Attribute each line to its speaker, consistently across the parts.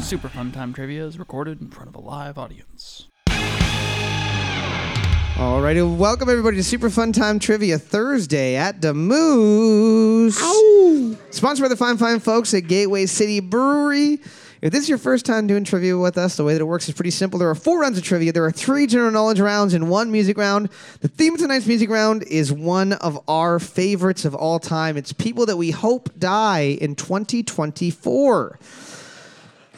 Speaker 1: Super Fun Time Trivia is recorded in front of a live audience.
Speaker 2: Alrighty, welcome everybody to Super Fun Time Trivia Thursday at the Moose. Sponsored by the fine, fine folks at Gateway City Brewery. If this is your first time doing trivia with us, the way that it works is pretty simple. There are four rounds of trivia. There are three general knowledge rounds and one music round. The theme of tonight's music round is one of our favorites of all time. It's people that we hope die in 2024.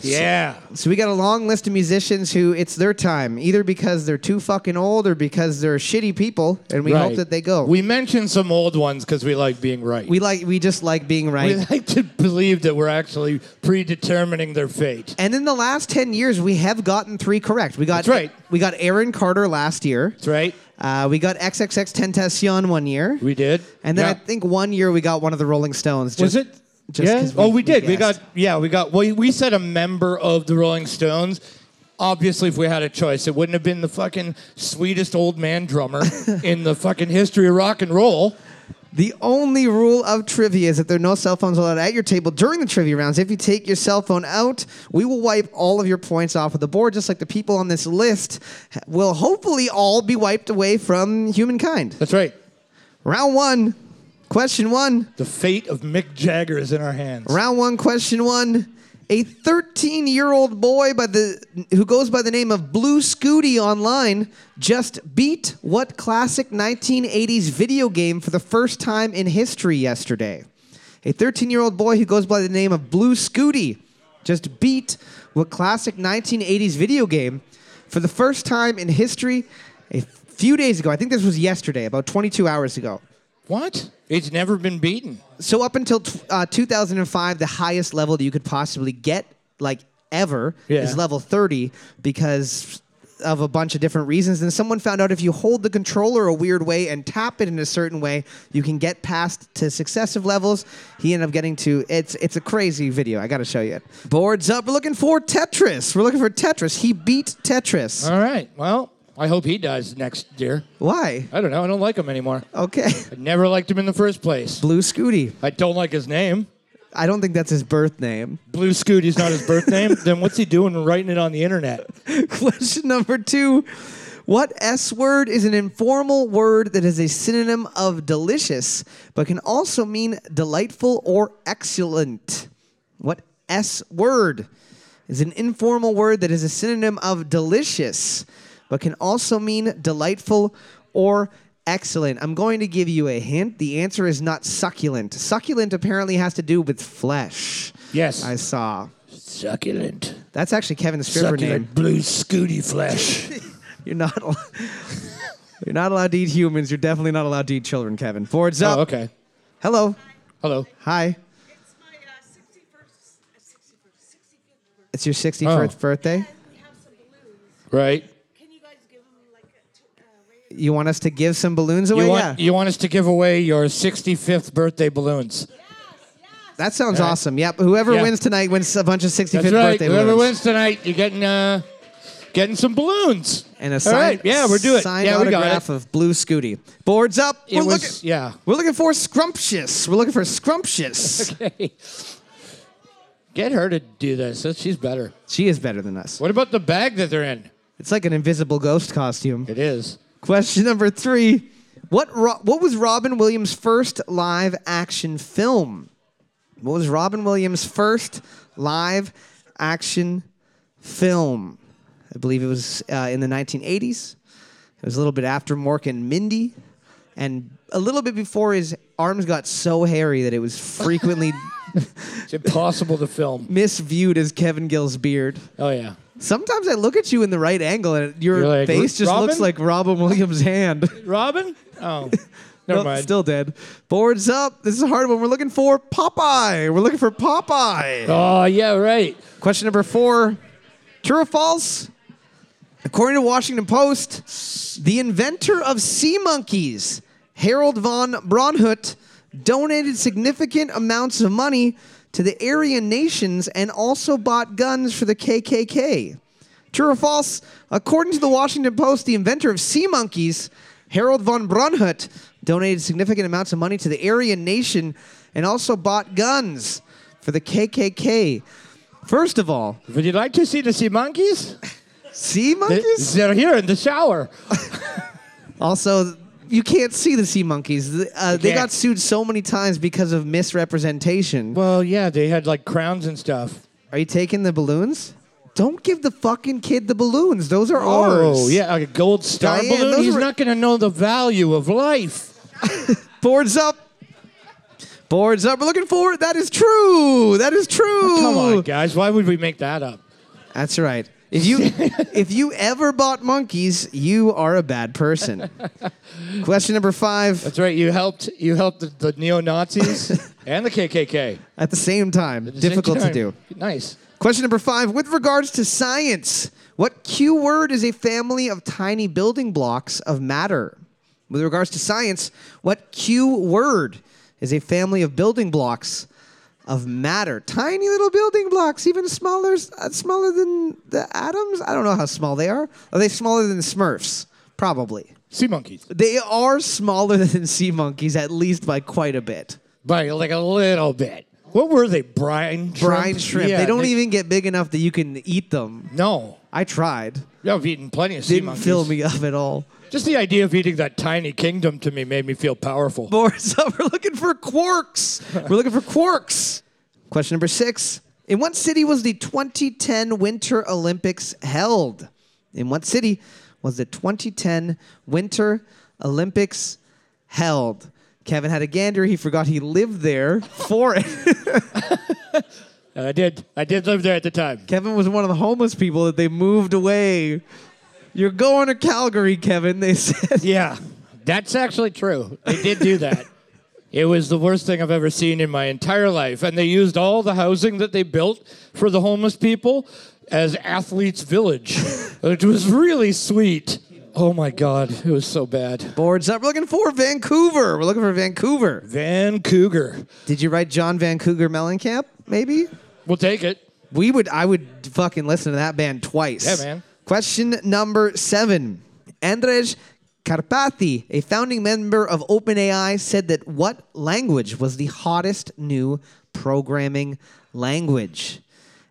Speaker 3: Yeah.
Speaker 2: So we got a long list of musicians who it's their time, either because they're too fucking old or because they're shitty people, and we hope that they go.
Speaker 3: We mentioned some old ones because we like being right.
Speaker 2: we like we just like being
Speaker 3: We
Speaker 2: right.
Speaker 3: like to believe that we're actually predetermining their fate.
Speaker 2: and in the last ten years, we have gotten three correct. We got
Speaker 3: That's right.
Speaker 2: We got Aaron Carter last year.
Speaker 3: That's right.
Speaker 2: Uh, we got XXX Tentacion one year,
Speaker 3: We did.
Speaker 2: and then
Speaker 3: Yeah.
Speaker 2: I think one year we got one of the Rolling Stones.
Speaker 3: was
Speaker 2: just-
Speaker 3: it?
Speaker 2: just
Speaker 3: yeah.
Speaker 2: 'cause
Speaker 3: oh, we did. We got.
Speaker 2: guessed.
Speaker 3: Yeah, we got. Well, we said a member of the Rolling Stones. Obviously, if we had a choice, it wouldn't have been the fucking sweetest old man drummer in the fucking history of rock and roll.
Speaker 2: The only rule of trivia is that there are no cell phones allowed at your table during the trivia rounds. If you take your cell phone out, we will wipe all of your points off of the board, just like the people on this list will hopefully all be wiped away from humankind.
Speaker 3: That's right.
Speaker 2: Round one, question one.
Speaker 3: The fate of Mick Jagger is in our hands.
Speaker 2: Round one, question one. A 13 year old boy by the, who goes by the name of Blue Scooty online just beat what classic 1980s video game for the first time in history yesterday? A 13 year old boy who goes by the name of Blue Scooty just beat what classic 1980s video game for the first time in history a few days ago. I think this was yesterday, about 22 hours ago.
Speaker 3: What? It's never been beaten.
Speaker 2: So up until t- uh, 2005, the highest level that you could possibly get, like ever,
Speaker 3: Yeah.
Speaker 2: is level 30 because of a bunch of different reasons. And someone found out if you hold the controller a weird way and tap it in a certain way, you can get past to successive levels. He ended up getting to it's it's a crazy video. I got to show you it. Boards up. We're looking for Tetris. We're looking for Tetris. He beat Tetris.
Speaker 3: All right. Well, I hope he dies next year.
Speaker 2: Why?
Speaker 3: I don't know. I don't like him anymore.
Speaker 2: Okay.
Speaker 3: I never liked him in the first place.
Speaker 2: Blue Scooty.
Speaker 3: I don't like his name.
Speaker 2: I don't think that's his birth name.
Speaker 3: Blue Scooty's not his birth name. Then what's he doing writing it on the internet?
Speaker 2: Question number two. What S word is an informal word that is a synonym of delicious, but can also mean delightful or excellent? What S word is an informal word that is a synonym of delicious, but can also mean delightful or excellent? I'm going to give you a hint. The answer is not succulent. Succulent apparently has to do with flesh.
Speaker 3: Yes.
Speaker 2: I saw.
Speaker 3: Succulent.
Speaker 2: That's actually Kevin Stripper name.
Speaker 3: Succulent blue scooty flesh.
Speaker 2: You're not. al- you're not allowed to eat humans. You're definitely not allowed to eat children, Kevin. Boards up.
Speaker 3: oh, okay.
Speaker 2: Hello.
Speaker 3: Hello.
Speaker 2: Hi.
Speaker 4: It's my uh, 61st, uh, 61st, 65th birthday.
Speaker 2: It's your 61st
Speaker 3: Oh.
Speaker 2: birthday.
Speaker 4: We have some balloons.
Speaker 3: Right.
Speaker 4: Can you guys give them like a t- uh, ray of-
Speaker 2: You want us to give some balloons away?
Speaker 3: You
Speaker 2: yeah.
Speaker 3: want, you want us to give away your 65th birthday balloons?
Speaker 4: Yes, yes.
Speaker 2: that sounds
Speaker 3: All right.
Speaker 2: awesome. Yep. Whoever
Speaker 3: Yeah.
Speaker 2: wins tonight wins a bunch of 65th
Speaker 3: That's right.
Speaker 2: birthday
Speaker 3: Whoever
Speaker 2: balloons.
Speaker 3: wins tonight, you're getting uh, getting some balloons.
Speaker 2: And a
Speaker 3: All
Speaker 2: signed,
Speaker 3: right. Yeah, we're doing.
Speaker 2: signed
Speaker 3: yeah, we got
Speaker 2: autograph
Speaker 3: it.
Speaker 2: of Blue Scooty. Boards up.
Speaker 3: It
Speaker 2: we're
Speaker 3: was-
Speaker 2: looking,
Speaker 3: yeah.
Speaker 2: We're looking for scrumptious. We're looking for scrumptious.
Speaker 3: Get her to do this. That's- She's better.
Speaker 2: she is better than us.
Speaker 3: What about the bag that they're in?
Speaker 2: It's like an invisible ghost costume.
Speaker 3: It is.
Speaker 2: Question number three: What Ro- what was Robin Williams' first live action film? What was Robin Williams' first live action film? I believe it was uh, in the 1980s. It was a little bit after Mork and Mindy, and a little bit before his arms got so hairy that it was frequently
Speaker 3: It's impossible to film.
Speaker 2: misviewed as Kevin Gill's beard.
Speaker 3: Oh yeah.
Speaker 2: Sometimes I look at you in the right angle, and your
Speaker 3: You're like,
Speaker 2: face just
Speaker 3: "Robin?"
Speaker 2: looks like Robin Williams' hand.
Speaker 3: Robin? Oh. Never
Speaker 2: Nope,
Speaker 3: mind.
Speaker 2: Still dead. Boards up. This is a hard one. We're looking for Popeye. We're looking for Popeye.
Speaker 3: oh yeah, right.
Speaker 2: Question number four True or false? According to Washington Post, the inventor of sea monkeys, Harold von Braunhut, donated significant amounts of money to the Aryan nations and also bought guns for the KKK. True or false? According to the Washington Post, the inventor of sea monkeys, Harold von Braunhut, donated significant amounts of money to the Aryan nation and also bought guns for the KKK. First of all,
Speaker 3: Would you like to see the sea monkeys?
Speaker 2: sea
Speaker 3: They-
Speaker 2: monkeys?
Speaker 3: They're here in the shower.
Speaker 2: Also, you can't see the sea monkeys. Th- Uh, they
Speaker 3: can't.
Speaker 2: got sued so many times because of misrepresentation.
Speaker 3: Well, yeah, they had like crowns and stuff.
Speaker 2: Are you taking the balloons? Don't give the fucking kid the balloons. Those are ours.
Speaker 3: Oh, yeah, like a gold star
Speaker 2: Diane,
Speaker 3: balloon.
Speaker 2: those
Speaker 3: He's
Speaker 2: were-
Speaker 3: not going to know the value of life.
Speaker 2: Boards up. Boards up. We're looking forward. That is true. That is true.
Speaker 3: Oh, Come on, guys. Why would we make that up?
Speaker 2: That's right. If you if you ever bought monkeys, you are a bad person. Question number five
Speaker 3: That's right. You helped. You helped the, the neo Nazis and the KKK.
Speaker 2: at the same time. Difficult to do.
Speaker 3: Nice.
Speaker 2: Question number five with regards to science, what Q word is a family of tiny building blocks of matter? With regards to science, what Q word is a family of building blocks of matter? Tiny little building blocks, even smaller, uh, smaller than the atoms. I don't know how small they are. Are they smaller than Smurfs? Probably.
Speaker 3: Sea monkeys.
Speaker 2: They are smaller than sea monkeys, at least by quite a bit.
Speaker 3: By like a little bit. What were they? Brine shrimp.
Speaker 2: Brine shrimp.
Speaker 3: Yeah,
Speaker 2: they don't even get big enough that you can eat them.
Speaker 3: No.
Speaker 2: I tried.
Speaker 3: Yeah, I've eaten plenty of sea
Speaker 2: Didn't
Speaker 3: monkeys.
Speaker 2: fill me up at all.
Speaker 3: Just the idea of eating that tiny kingdom to me made me feel powerful.
Speaker 2: Boards up. We're looking for quarks. We're looking for quarks. Question number six. In what city was the 2010 Winter Olympics held? In what city was the 2010 Winter Olympics held? Kevin had a gander. He forgot he lived there for it.
Speaker 3: And I did. I did live there at the time.
Speaker 2: Kevin was one of the homeless people that they moved away. You're going to Calgary, Kevin, they said.
Speaker 3: Yeah, that's actually true. They did do that. it was the worst thing I've ever seen in my entire life. And they used all the housing that they built for the homeless people as Athletes Village, which was really sweet. Oh my God, it was so bad.
Speaker 2: Boards up. We're looking for Vancouver. We're looking for Vancouver.
Speaker 3: Vancouver.
Speaker 2: Did you write John Vancouver Mellencamp? Maybe
Speaker 3: We'll take it.
Speaker 2: we would. I would fucking listen to that band twice.
Speaker 3: Yeah, man.
Speaker 2: Question number seven. Andrej Karpathy, a founding member of OpenAI, said that what language was the hottest new programming language?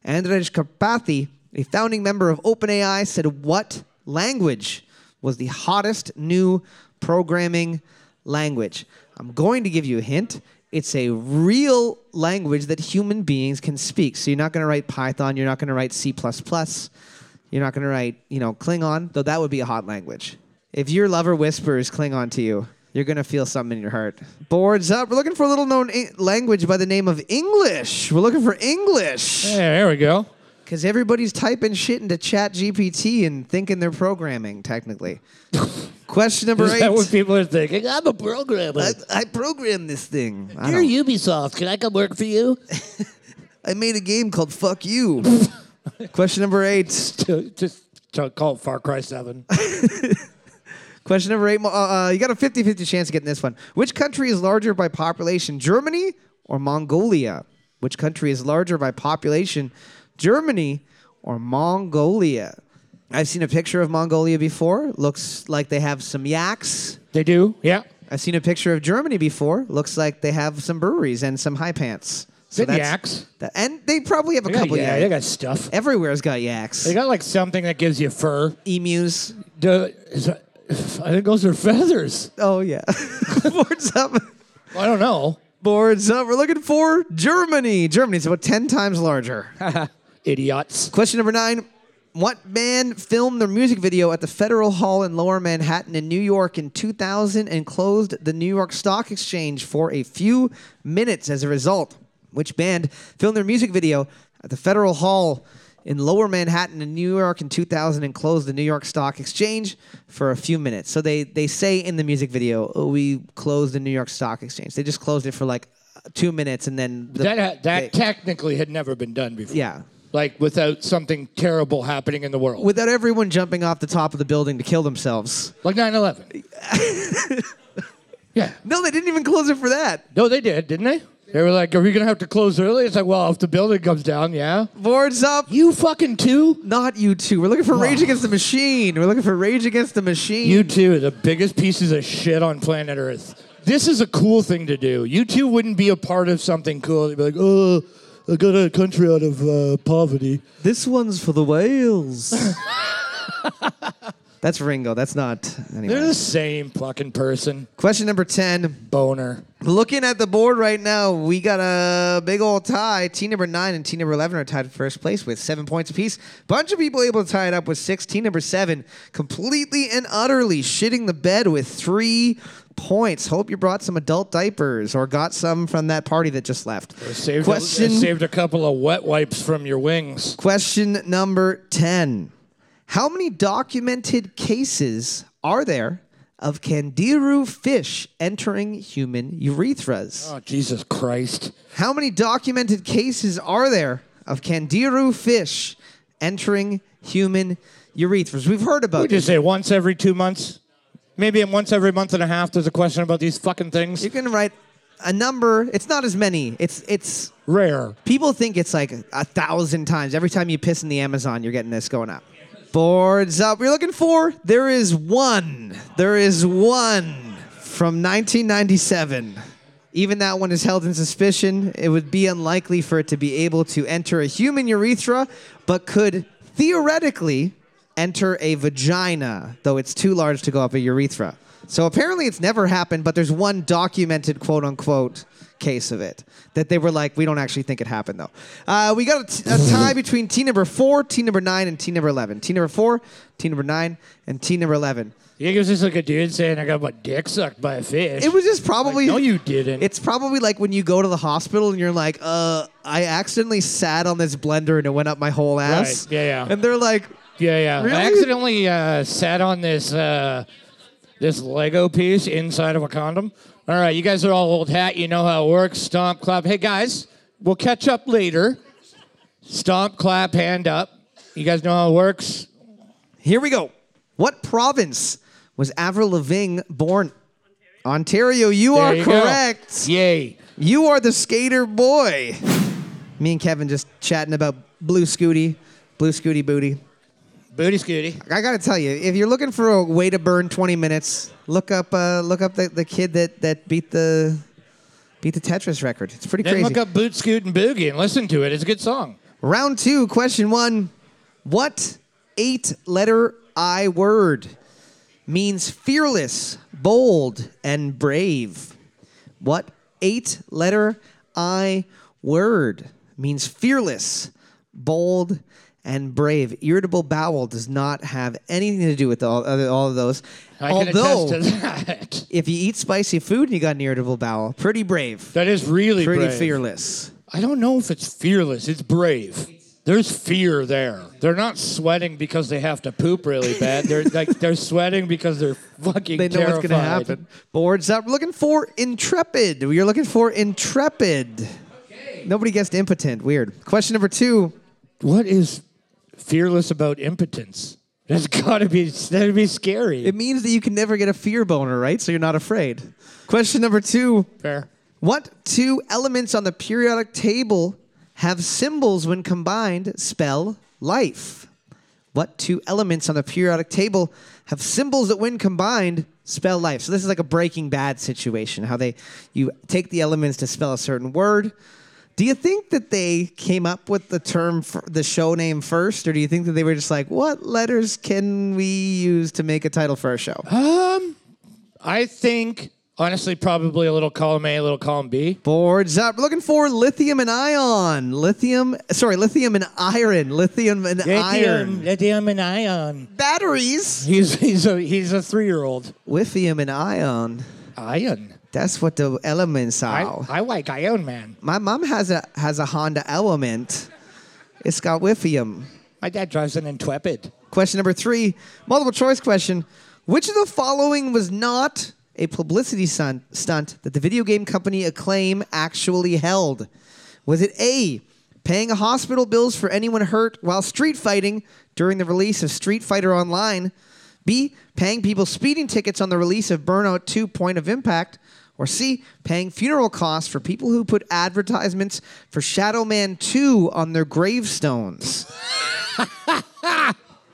Speaker 2: Andrej Karpathy, a founding member of OpenAI, said what language was the hottest new programming language. I'm going to give you a hint. It's a real language that human beings can speak. So you're not going to write Python, you're not going to write C++, you're not going to write, you know, Klingon, though that would be a hot language. If your lover whispers Klingon to you, you're going to feel something in your heart. Boards up. We're looking for a little known en- language by the name of English. We're looking for English.
Speaker 3: Yeah, there we go.
Speaker 2: Because everybody's typing shit into Chat GPT and thinking they're programming, technically. Question number
Speaker 3: Is
Speaker 2: eight.
Speaker 3: that what people are thinking? I'm a programmer.
Speaker 2: I, I programmed this thing. I,
Speaker 3: You're
Speaker 2: don't-
Speaker 3: Ubisoft. Can I come work for you?
Speaker 2: I made a game called Fuck You. Question number eight.
Speaker 3: Just to call it Far Cry 7.
Speaker 2: Question number eight. Mo- Uh, uh, you got a 50 50 chance of getting this one. Which country is larger by population, Germany or Mongolia? Which country is larger by population, Germany or Mongolia? I've seen a picture of Mongolia before. Looks like they have some yaks.
Speaker 3: they do? Yeah.
Speaker 2: I've seen a picture of Germany before. Looks like they have some breweries and some high pants.
Speaker 3: Good
Speaker 2: that's-
Speaker 3: yaks.
Speaker 2: that- and they probably have a
Speaker 3: They got-
Speaker 2: couple
Speaker 3: yeah,
Speaker 2: yaks.
Speaker 3: they got stuff.
Speaker 2: Everywhere's got yaks.
Speaker 3: They got like something that gives you fur.
Speaker 2: Emus.
Speaker 3: The- is that- I think those are feathers.
Speaker 2: Oh yeah. Boards up.
Speaker 3: I don't know.
Speaker 2: Boards up. We're looking for Germany. Germany's about ten times larger.
Speaker 3: Idiots.
Speaker 2: Question number nine. What band filmed their music video at the Federal Hall in Lower Manhattan in New York in 2000 and closed the New York Stock Exchange for a few minutes as a result? Which band filmed their music video at the Federal Hall in Lower Manhattan in New York in 2000 and closed the New York Stock Exchange for a few minutes? So they, they say in the music video, oh, we closed the New York Stock Exchange. They just closed it for like two minutes and then. The,
Speaker 3: That ha- that
Speaker 2: they-
Speaker 3: technically had never been done before.
Speaker 2: yeah.
Speaker 3: Like without something terrible happening in the world.
Speaker 2: without everyone jumping off the top of the building to kill themselves.
Speaker 3: like 9/11. yeah.
Speaker 2: No, they didn't even close it for that.
Speaker 3: No, they did, didn't they? They were like, "Are we gonna have to close early?" It's like, "Well, if the building comes down, yeah."
Speaker 2: Boards up.
Speaker 3: You fucking too.
Speaker 2: Not you two. We're looking for Rage Against the Machine. We're looking for Rage Against the Machine.
Speaker 3: You two are the biggest pieces of shit on planet Earth. This is a cool thing to do. You two wouldn't be a part of something cool. They'd be like, oh, I got a country out of uh, poverty.
Speaker 2: This one's for the whales. that's Ringo. That's not. Anyway.
Speaker 3: They're the same fucking person.
Speaker 2: Question number 10.
Speaker 3: Boner.
Speaker 2: Looking at the board right now, we got a big old tie. Team number nine and team number 11 are tied first place with seven points apiece. Bunch of people able to tie it up with six. Team number seven completely and utterly shitting the bed with three points. Hope you brought some adult diapers or got some from that party that just left.
Speaker 3: Saved
Speaker 2: Question-
Speaker 3: A, saved a couple of wet wipes from your wings.
Speaker 2: Question number 10 How many documented cases are there of Candiru fish entering human urethras?
Speaker 3: Oh, Jesus Christ.
Speaker 2: How many documented cases are there of Candiru fish entering human urethras? We've heard about
Speaker 3: Would you
Speaker 2: this.
Speaker 3: say once every two months? Maybe once every month and a half there's a question about these fucking things?
Speaker 2: You can write a number. It's not as many. It's it's
Speaker 3: Rare.
Speaker 2: people think it's like a thousand times. Every time you piss in the Amazon, you're getting this going up. Boards up. We're looking for. There is one. There is one from 1997. Even that one is held in suspicion. It would be unlikely for it to be able to enter a human urethra, but could theoretically enter a vagina, though it's too large to go up a urethra. So apparently it's never happened, but there's one documented quote unquote case of it that they were like, we don't actually think it happened though. Uh, we got a, t- a tie between team number four, team number nine, and team number 11. Team number four, team number nine, and team number 11.
Speaker 3: You was just like a dude saying, I got my dick sucked by a fish.
Speaker 2: It was just probably.
Speaker 3: Like, no, you didn't.
Speaker 2: It's probably like when you go to the hospital and you're like, uh, I accidentally sat on this blender and it went up my whole ass.
Speaker 3: Right, yeah, yeah.
Speaker 2: And they're like,
Speaker 3: Yeah, yeah.
Speaker 2: Really?
Speaker 3: I accidentally uh, sat on this uh, this Lego piece inside of a condom. All right, you guys are all old hat. You know how it works. Stomp, clap. Hey guys, we'll catch up later. Stomp, clap, hand up. You guys know how it works.
Speaker 2: Here we go. What province was Avril Lavigne born? Ontario. You
Speaker 3: There
Speaker 2: are
Speaker 3: you go.
Speaker 2: correct.
Speaker 3: Yay.
Speaker 2: You are the skater boy. Me and Kevin just chatting about Blue Scooty, Blue Scooty Booty.
Speaker 3: Booty scooty.
Speaker 2: I gotta tell you, if you're looking for a way to burn 20 minutes, look up uh, look up the, the kid that, that beat the beat the Tetris record. It's pretty
Speaker 3: Then
Speaker 2: crazy.
Speaker 3: look up Boot Scoot and Boogie and listen to it. It's a good song.
Speaker 2: Round two, question one. What eight letter I word means fearless, bold, and brave? What eight letter I word means fearless, bold, and brave? Irritable bowel does not have anything to do with all, other, all of those.
Speaker 3: I
Speaker 2: Although,
Speaker 3: can attest to that.
Speaker 2: if you eat spicy food and you got an irritable bowel, pretty brave,
Speaker 3: That is really
Speaker 2: pretty
Speaker 3: brave.
Speaker 2: fearless.
Speaker 3: I don't know if it's fearless. It's brave. There's fear there. They're not sweating because they have to poop really bad. They're like they're sweating because they're fucking.
Speaker 2: they know what's going to
Speaker 3: terrified.
Speaker 2: happen. Boards up. We're looking for intrepid. You're looking for intrepid. Nobody guessed impotent. Weird. Question number two.
Speaker 3: What is fearless about impotence? That's gotta be that'd be scary.
Speaker 2: It means that you can never get a fear boner, right? So you're not afraid. Question number two.
Speaker 3: Fair.
Speaker 2: What two elements on the periodic table have symbols when combined spell life? What two elements on the periodic table have symbols that when combined spell life? So this is like a breaking bad situation, how they you take the elements to spell a certain word. Do you think that they came up with the term for the show name first or do you think that they were just like what letters can we use to make a title for our show?
Speaker 3: I think honestly probably a little column A, a little column B.
Speaker 2: Boards up. We're looking for lithium and ion. Lithium, sorry, lithium and iron. Lithium and iron.
Speaker 3: Lithium and ion.
Speaker 2: Batteries.
Speaker 3: He's he's a he's a three year old.
Speaker 2: Lithium and ion.
Speaker 3: Ion.
Speaker 2: That's what the elements
Speaker 3: I,
Speaker 2: are.
Speaker 3: I like Ion Man.
Speaker 2: My mom has a has a Honda Element. It's got lithium.
Speaker 3: My dad drives an Intrepid.
Speaker 2: Question number three, multiple choice question. Which of the following was not a publicity stunt, stunt that the video game company Acclaim actually held? Was it A, paying hospital bills for anyone hurt while street fighting during the release of Street Fighter Online? B, paying people speeding tickets on the release of Burnout 2 Point of Impact? Or C, paying funeral costs for people who put advertisements for Shadow Man 2 on their gravestones?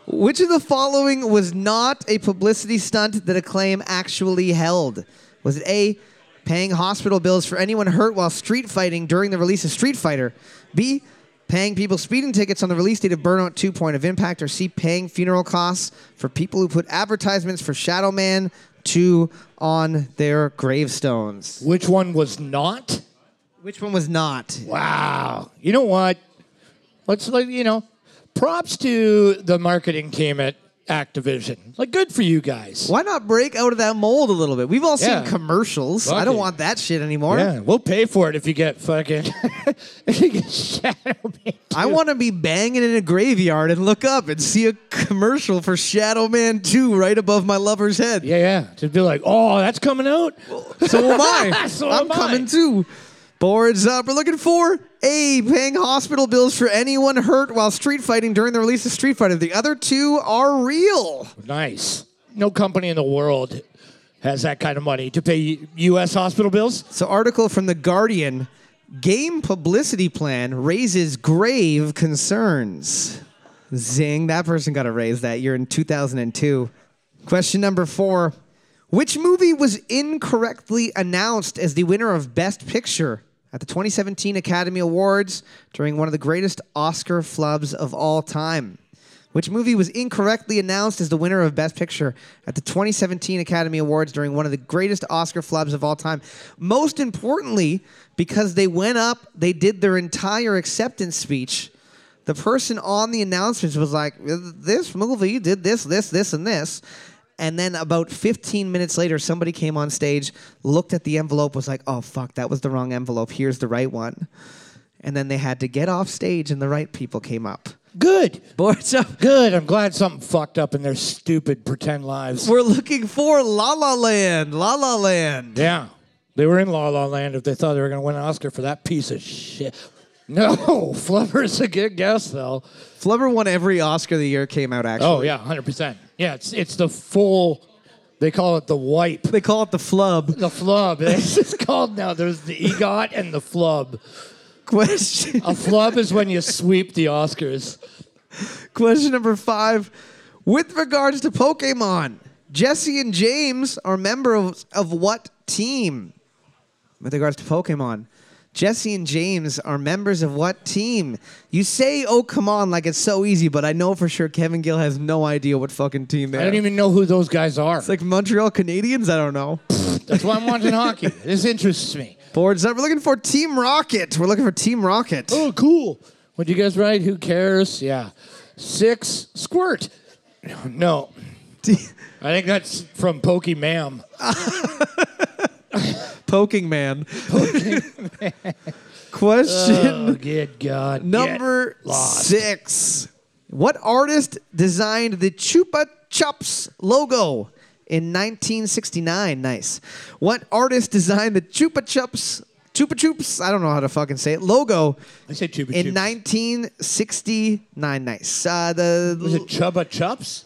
Speaker 2: Which of the following was not a publicity stunt that Acclaim actually held? Was it A, Paying hospital bills for anyone hurt while street fighting during the release of Street Fighter. B. Paying people speeding tickets on the release date of Burnout 2 Point of Impact. Or C. Paying funeral costs for people who put advertisements for Shadow Man 2 on their gravestones.
Speaker 3: Which one was not?
Speaker 2: Which one was not?
Speaker 3: Wow. You know what? Let's like you know, props to the marketing team at Activision. Like good for you guys.
Speaker 2: Why not break out of that mold a little bit? We've all
Speaker 3: Yeah.
Speaker 2: seen commercials. I
Speaker 3: Fuck
Speaker 2: don't
Speaker 3: it.
Speaker 2: want that shit anymore.
Speaker 3: Yeah, we'll pay for it if you get fucking if you get Shadow Man.
Speaker 2: I want to be banging in a graveyard and look up and see a commercial for Shadow Man 2 right above my lover's head.
Speaker 3: Yeah, yeah. To be like, oh, that's coming out.
Speaker 2: So am I.
Speaker 3: So
Speaker 2: I'm
Speaker 3: am I.
Speaker 2: coming too. Boards up. We're looking for A, paying hospital bills for anyone hurt while street fighting during the release of Street Fighter. The other two are real.
Speaker 3: Nice. No company in the world has that kind of money to pay U- U.S. hospital bills.
Speaker 2: So, article from The Guardian Game publicity plan raises grave concerns. Zing, that person got a raise that year in 2002. Question number four Which movie was incorrectly announced as the winner of Best Picture at the 2017 Academy Awards during one of the greatest Oscar flubs of all time? Which movie was incorrectly announced as the winner of Best Picture at the 2017 Academy Awards during one of the greatest Oscar flubs of all time? Most importantly, because they went up, they did their entire acceptance speech. The person on the announcements was like, This movie did this, this, this, and this. And then about 15 minutes later, somebody came on stage, looked at the envelope, was like, Oh, fuck, that was the wrong envelope. Here's the right one. And then they had to get off stage, and the right people came up.
Speaker 3: Good.
Speaker 2: Boards up.
Speaker 3: Good. I'm glad something fucked up in their stupid pretend lives.
Speaker 2: We're looking for La La Land. La La Land.
Speaker 3: Yeah. They were in La La Land if they thought they were going to win an Oscar for that piece of shit. No, Flubber's a good guess, though.
Speaker 2: Flubber won every Oscar the year it came out, actually.
Speaker 3: Oh, yeah, 100%. Yeah, it's, it's the full, they call it the wipe.
Speaker 2: They call it the flub.
Speaker 3: The flub. It's it's called now. There's the EGOT and the flub.
Speaker 2: Question,
Speaker 3: A flub is when you sweep the Oscars.
Speaker 2: question number five. With regards to Pokemon, Jesse and James are members of what team? With regards to Pokemon, Jesse and James are members of what team? You say, oh, come on, like it's so easy, but I know for sure Kevin Gill has no idea what fucking team they
Speaker 3: I
Speaker 2: are.
Speaker 3: don't even know who those guys are.
Speaker 2: it's like Montreal Canadiens? I don't know.
Speaker 3: That's why I'm watching hockey. This interests me.
Speaker 2: Boards up. We're looking for Team Rocket. We're looking for Team Rocket.
Speaker 3: Oh, cool. Would you guys write? Who cares? Yeah. Six, squirt. No. I think that's from Pokemam.
Speaker 2: Poking Man. Question
Speaker 3: Oh, good God. Get
Speaker 2: number
Speaker 3: lost.
Speaker 2: six. What artist designed the Chupa Chups logo in 1969? Nice. What artist designed the Chupa Chups? Chupa Chups? I don't know how to fucking say it. Logo
Speaker 3: I said Chupa
Speaker 2: in
Speaker 3: Chups.
Speaker 2: 1969. Nice. Uh, the
Speaker 3: Was it Chuba Chups?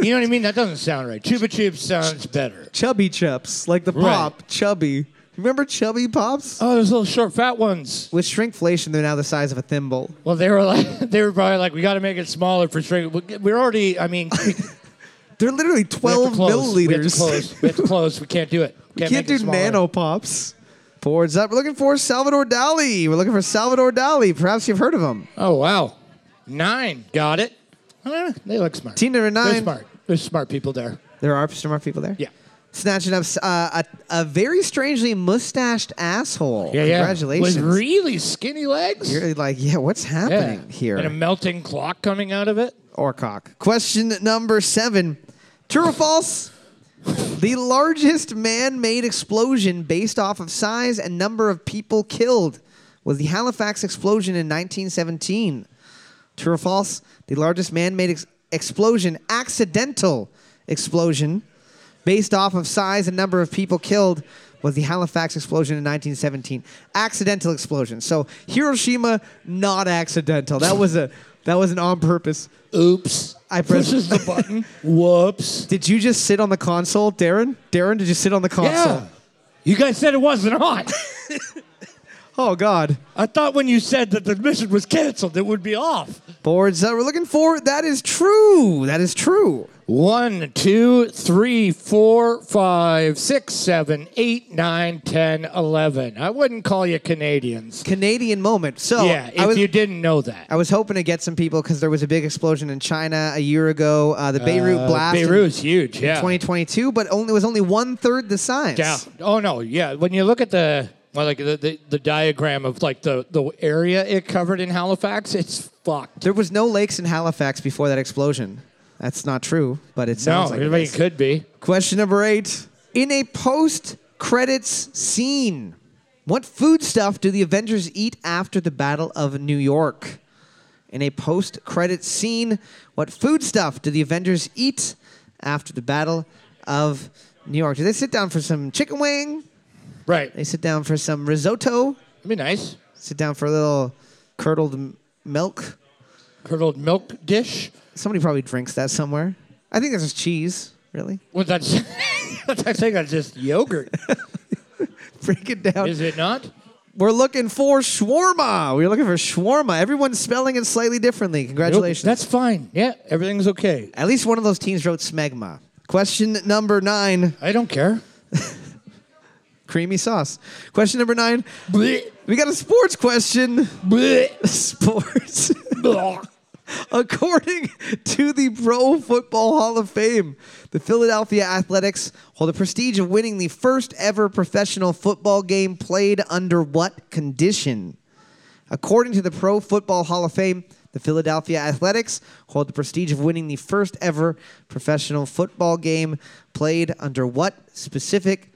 Speaker 3: you know what I mean? That doesn't sound right. Chuba Chups sounds better.
Speaker 2: Chubby Chups, like the
Speaker 3: Right.
Speaker 2: pop, Chubby. Remember Chubby Pops?
Speaker 3: Oh, those little short, fat ones.
Speaker 2: With shrinkflation, they're now the size of a thimble.
Speaker 3: Well, they were like, they were probably like, we got to make it smaller for shrink. We- We're already, I mean, we-
Speaker 2: They're literally
Speaker 3: we have to
Speaker 2: 12
Speaker 3: close. We have to
Speaker 2: milliliters.
Speaker 3: close. We have to close. We can't do it. Can't,
Speaker 2: Can't
Speaker 3: make it
Speaker 2: do
Speaker 3: smaller.
Speaker 2: nano pops. Boards up. We're looking for Salvador Dali. We're looking for Salvador Dali. Perhaps you've heard of him.
Speaker 3: Oh wow, nine. Got it. Eh, they look smart.
Speaker 2: Team number
Speaker 3: They're
Speaker 2: nine.
Speaker 3: smart. There's smart people there.
Speaker 2: There are smart people there.
Speaker 3: Yeah.
Speaker 2: Snatching up uh, a, a very strangely mustached asshole.
Speaker 3: Yeah, yeah.
Speaker 2: Congratulations.
Speaker 3: With really skinny legs.
Speaker 2: You're like, yeah, what's
Speaker 3: yeah.
Speaker 2: happening here?
Speaker 3: And a melting clock coming out of it.
Speaker 2: or cock. Question number seven. True or false? the largest man made explosion based off of size and number of people killed was the Halifax explosion in 1917. True or false? The largest man made ex- explosion, accidental explosion based off of size and number of people killed was the Halifax explosion in 1917. Accidental explosion. So Hiroshima, not accidental. That was a that was an on purpose.
Speaker 3: Oops.
Speaker 2: I pressed-
Speaker 3: pushes the button. Whoops.
Speaker 2: Did you just sit on the console, Darren? Darren, did you sit on the console?
Speaker 3: Yeah. You guys said it wasn't on.
Speaker 2: Oh God.
Speaker 3: I thought when you said that the mission was canceled, it would be off.
Speaker 2: Boards that we're looking for. That is true. That is true.
Speaker 3: One, two, three, four, five, six, seven, eight, nine, ten, eleven. I wouldn't call you Canadians.
Speaker 2: Canadian moment. So
Speaker 3: yeah,
Speaker 2: I
Speaker 3: if
Speaker 2: was,
Speaker 3: you didn't know that.
Speaker 2: I was hoping to get some people because there was a big explosion in China a year ago, uh, the Beirut
Speaker 3: Uh,
Speaker 2: blast. in
Speaker 3: Beirut's huge, yeah.
Speaker 2: 2022, but only it was only one third the size.
Speaker 3: Yeah. Oh no. Yeah. When you look at the well, like the, the, the diagram of like the, the area it covered in Halifax, it's fucked.
Speaker 2: There was no lakes in Halifax before that explosion. That's not true, but it
Speaker 3: No,
Speaker 2: sounds like it
Speaker 3: it
Speaker 2: is.
Speaker 3: could be.
Speaker 2: Question number eight. In a post credits scene, what foodstuff do the Avengers eat after the Battle of New York? In a post credits scene, what foodstuff do the Avengers eat after the Battle of New York? Do they sit down for some chicken wing?
Speaker 3: Right.
Speaker 2: They sit down for some risotto?
Speaker 3: That'd be nice.
Speaker 2: Sit down for a little curdled m- milk?
Speaker 3: Curdled milk dish.
Speaker 2: Somebody probably drinks that somewhere. I think that's just cheese, really.
Speaker 3: Well, that's I think that's just yogurt,
Speaker 2: Break it down.
Speaker 3: is it not?
Speaker 2: We're looking for shawarma. We're looking for shawarma. Everyone's spelling it slightly differently. Congratulations.
Speaker 3: That's fine. Yeah, everything's okay.
Speaker 2: At least one of those teams wrote smegma. Question number nine,
Speaker 3: I don't care.
Speaker 2: creamy sauce. Question number nine,
Speaker 3: Blech,
Speaker 2: we got a sports question.
Speaker 3: blech,
Speaker 2: Sports.
Speaker 3: blah.
Speaker 2: According to the Pro Football Hall of Fame, the Philadelphia Athletics hold the prestige of winning the first ever professional football game played under what condition? According to the Pro Football Hall of Fame, the Philadelphia Athletics hold the prestige of winning the first ever professional football game played under what specific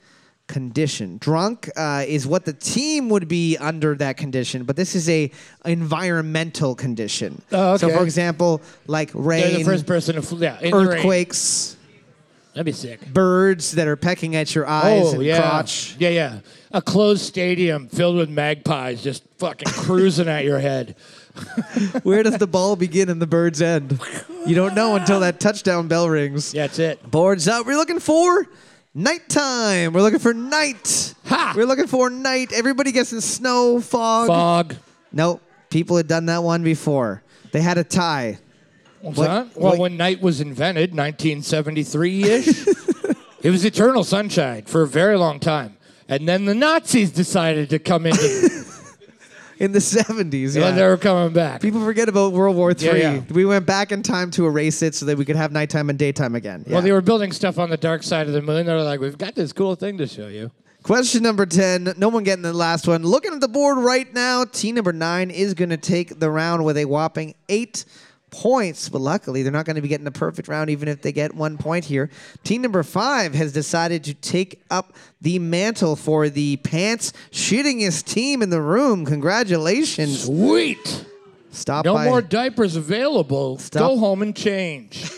Speaker 2: condition? Drunk uh, is what the team would be under that condition, but this is a environmental condition.
Speaker 3: Oh,
Speaker 2: So,
Speaker 3: okay.
Speaker 2: for example, like
Speaker 3: They're
Speaker 2: rain,
Speaker 3: the first person to fl- yeah, in the rain.
Speaker 2: earthquakes,
Speaker 3: That'd be sick.
Speaker 2: birds that are pecking at your eyes and
Speaker 3: Oh, yeah.
Speaker 2: crotch.
Speaker 3: Yeah, yeah. A closed stadium filled with magpies just fucking cruising at your head.
Speaker 2: Where does the ball begin and the birds end? You don't know until that touchdown bell rings.
Speaker 3: Yeah, that's it.
Speaker 2: Boards up. We're looking for nighttime. We're looking for night.
Speaker 3: Ha!
Speaker 2: We're looking for night. Everybody gets in snow, fog.
Speaker 3: Fog.
Speaker 2: Nope. People had done that one before. They had a tie.
Speaker 3: What's
Speaker 2: What-
Speaker 3: that? Well,
Speaker 2: what-
Speaker 3: when night was invented, 1973 ish, it was eternal sunshine for a very long time. And then the Nazis decided to come in. and
Speaker 2: in the 70s. Yeah.
Speaker 3: they were coming back.
Speaker 2: People forget about World War III.
Speaker 3: Yeah, yeah.
Speaker 2: We went back in time to erase it so that we could have nighttime and daytime again. Yeah.
Speaker 3: Well, they were building stuff on the dark side of the moon. They were like, we've got this cool thing to show you.
Speaker 2: Question number 10. No one getting the last one. Looking at the board right now, team number nine is going to take the round with a whopping eight points. But luckily, they're not going to be getting the perfect round, even if they get one point here. Team number five has decided to take up the mantle for the pants shittingest team in the room. Congratulations.
Speaker 3: Sweet.
Speaker 2: Stop
Speaker 3: No
Speaker 2: by.
Speaker 3: more diapers available.
Speaker 2: Stop.
Speaker 3: Go home and change.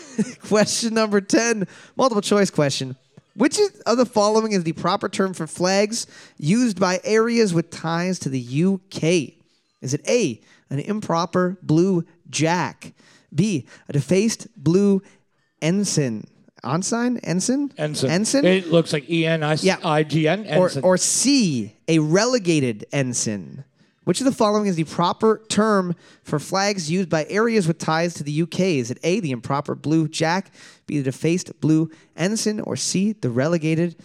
Speaker 2: Question number 10, multiple choice question. Which is- of the following is the proper term for flags used by areas with ties to the UK? Is it A, an improper blue jack? B, a defaced blue ensign? Ensign? Ensign?
Speaker 3: Ensign.
Speaker 2: Ensign?
Speaker 3: It looks like E N I
Speaker 2: Yeah.
Speaker 3: I G N.
Speaker 2: or,
Speaker 3: Ensign.
Speaker 2: or C, a relegated ensign? Which of the following is the proper term for flags used by areas with ties to the UK? Is it A, the improper blue jack, B, the defaced blue ensign, or C, the relegated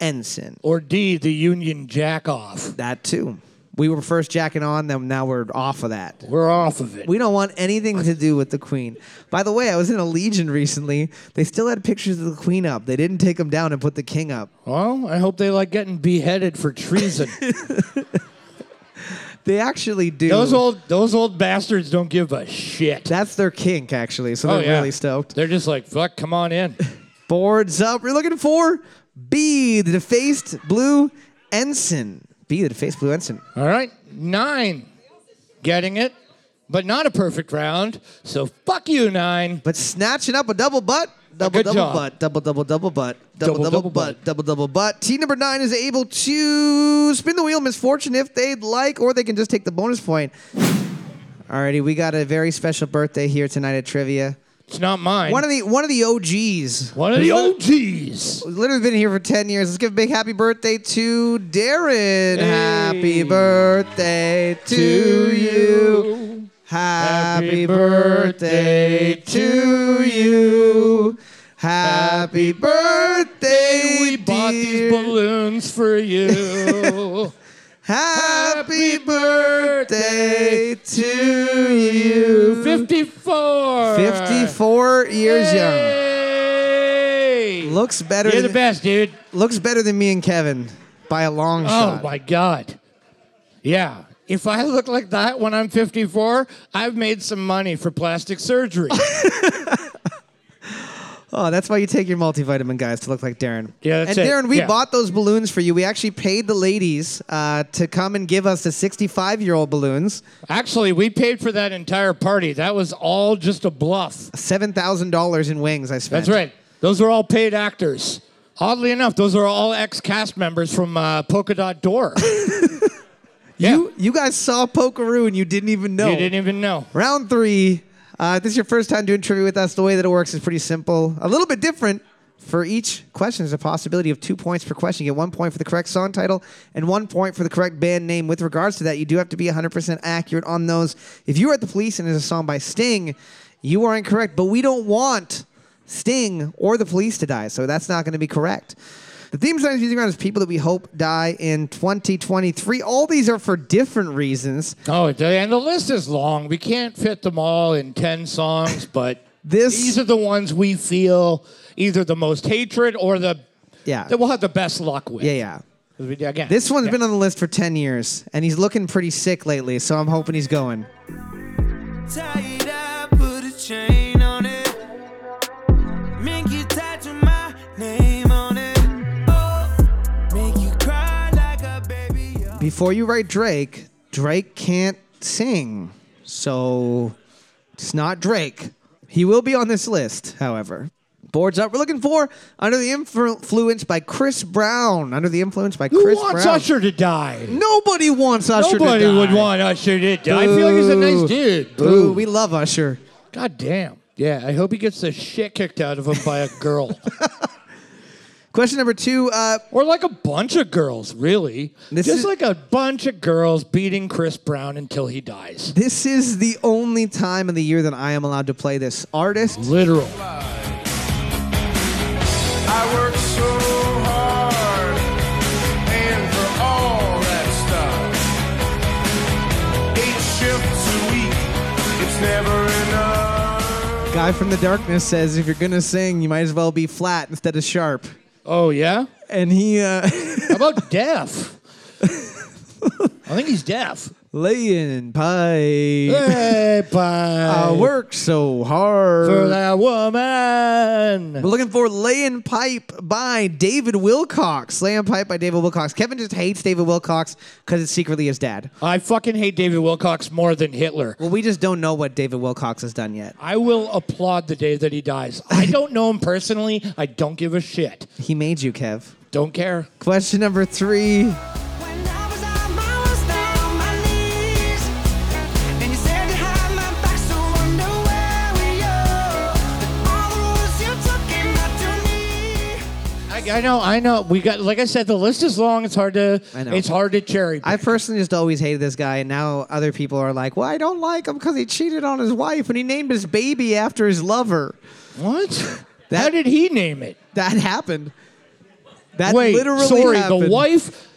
Speaker 2: ensign?
Speaker 3: Or D, the Union Jack off.
Speaker 2: That too. We were first jacking on them, now we're off of that.
Speaker 3: We're off of it.
Speaker 2: We don't want anything to do with the Queen. By the way, I was in a Legion recently. They still had pictures of the Queen up. They didn't take them down and put the King up.
Speaker 3: Well, I hope they like getting beheaded for treason.
Speaker 2: They actually do.
Speaker 3: those old those old bastards don't give a shit.
Speaker 2: That's their kink, actually. So
Speaker 3: Oh,
Speaker 2: they're
Speaker 3: yeah.
Speaker 2: really stoked.
Speaker 3: They're just like, fuck, come on in.
Speaker 2: Boards up. We're looking for B, the defaced blue ensign. B, the defaced blue ensign.
Speaker 3: All right. Nine. Getting it, but not a perfect round. So fuck you, nine.
Speaker 2: But snatching up a double butt. Double
Speaker 3: Good
Speaker 2: double
Speaker 3: job.
Speaker 2: butt. Double double double butt. Double double,
Speaker 3: Double, double
Speaker 2: butt.
Speaker 3: butt.
Speaker 2: Double double butt. Team number nine is able to spin the wheel of misfortune if they'd like, or they can just take the bonus point. Alrighty, we got a very special birthday here tonight at trivia.
Speaker 3: It's not mine.
Speaker 2: One of the one of the OGs.
Speaker 3: One of the OGs.
Speaker 2: literally been here for 10 years. Let's give a big happy birthday to Darren. Happy birthday to you. Happy
Speaker 3: Happy
Speaker 2: birthday
Speaker 3: birthday
Speaker 2: to you. Happy birthday,
Speaker 3: We bought these
Speaker 2: dear.
Speaker 3: balloons for you.
Speaker 2: Happy birthday to you.
Speaker 3: 54.
Speaker 2: 54 years young.
Speaker 3: Yay!
Speaker 2: Looks better
Speaker 3: You're the
Speaker 2: than,
Speaker 3: best, dude.
Speaker 2: looks better than me and Kevin by a long
Speaker 3: Oh
Speaker 2: shot.
Speaker 3: my God. Yeah. If I look like that when I'm 54, I've made some money for plastic surgery.
Speaker 2: Oh, that's why you take your multivitamin, guys, to look like Darren.
Speaker 3: Yeah, that's
Speaker 2: And
Speaker 3: it.
Speaker 2: Darren, we
Speaker 3: Yeah.
Speaker 2: bought those balloons for you. We actually paid the ladies uh, to come and give us the 65-year-old balloons,
Speaker 3: Actually, we paid for that entire party. That was all just a bluff.
Speaker 2: seven thousand dollars in wings. I spent.
Speaker 3: That's right. Those are all paid actors. Oddly enough, those are all ex cast members from uh, Polka Dot Door. yeah.
Speaker 2: You you guys saw Pokeroo and you didn't even know.
Speaker 3: You didn't even know.
Speaker 2: Round three. Uh, if this is your first time doing trivia with us, the way that it works is pretty simple. A little bit different. For each question, there's a possibility of two points per question. You get one point for the correct song title and one point for the correct band name. With regards to that, you do have to be 100% accurate on those. If you are at the police and it's a song by Sting, you are incorrect, but we don't want Sting or the police to die, so that's not going to be correct. The theme song music round is people that we hope die in 2023. All these are for different reasons.
Speaker 3: Oh, and the list is long. We can't fit them all in 10 songs, but
Speaker 2: This-
Speaker 3: these are the ones we feel either the most hatred or the
Speaker 2: Yeah.
Speaker 3: that we'll have the best luck with.
Speaker 2: Yeah, yeah.
Speaker 3: 'Cause we- again,
Speaker 2: This one's
Speaker 3: yeah.
Speaker 2: been on the list for 10 years, and he's looking pretty sick lately, so I'm hoping he's going.
Speaker 5: Tie it up, put a chain on it. Make you tattoo my name on it. Oh, make you cry like a baby. oh.
Speaker 2: Before you write Drake, Drake can't sing. So it's not Drake. He will be on this list, however. Boards up. We're looking for Under the Influ- Influence by Chris Brown. Under the Influence by
Speaker 3: Who
Speaker 2: Chris
Speaker 3: wants
Speaker 2: Brown.
Speaker 3: Usher to die?
Speaker 2: Nobody wants Usher
Speaker 3: Nobody
Speaker 2: to die.
Speaker 3: would want Usher to die. I feel like he's a
Speaker 2: Boo.
Speaker 3: nice dude.
Speaker 2: Boo. We love Usher.
Speaker 3: God damn. Yeah, I hope he gets the shit kicked out of him by a girl.
Speaker 2: Question number two. Uh,
Speaker 3: or like a bunch of girls, really.
Speaker 2: This
Speaker 3: Just
Speaker 2: is-
Speaker 3: like a bunch of girls beating Chris Brown until he dies.
Speaker 2: this is the only time of the year that I am allowed to play this artist.
Speaker 3: Literal.
Speaker 6: I work so hard and for all that stuff. Eight shifts a week, it's never enough.
Speaker 2: Guy from the darkness says if you're gonna sing, you might as well be flat instead of sharp.
Speaker 3: Oh, yeah?
Speaker 2: And he uh,
Speaker 3: How about deaf? I think he's deaf.
Speaker 2: laying pipe.
Speaker 3: Hey, bye.
Speaker 2: I work so hard.
Speaker 3: for that woman.
Speaker 2: We're looking for Laying Pipe by David Wilcox. Laying Pipe by David Wilcox. Kevin just hates David Wilcox because it's secretly his dad.
Speaker 3: I fucking hate David Wilcox more than Hitler.
Speaker 2: Well, we just don't know what David Wilcox has done yet.
Speaker 3: I will applaud the day that he dies. I don't know him personally. I don't give a shit.
Speaker 2: He made you, Kev.
Speaker 3: Don't care.
Speaker 2: Question number three.
Speaker 7: When I was out, I was down my knees, and you said you had my back, so wonder where we are. All the roads you took came not to me.
Speaker 3: I, I know. I know. We got. Like I said, the list is long. It's hard to.
Speaker 2: I know.
Speaker 3: It's hard to cherry.
Speaker 2: I personally just always hated this guy, and now other people are like, "Well, I don't like him because he cheated on his wife, and he named his baby after his lover."
Speaker 3: what? How
Speaker 2: That-
Speaker 3: did he name it?
Speaker 2: That happened. That
Speaker 3: Wait.
Speaker 2: literally
Speaker 3: sorry. The
Speaker 2: happened.
Speaker 3: wife.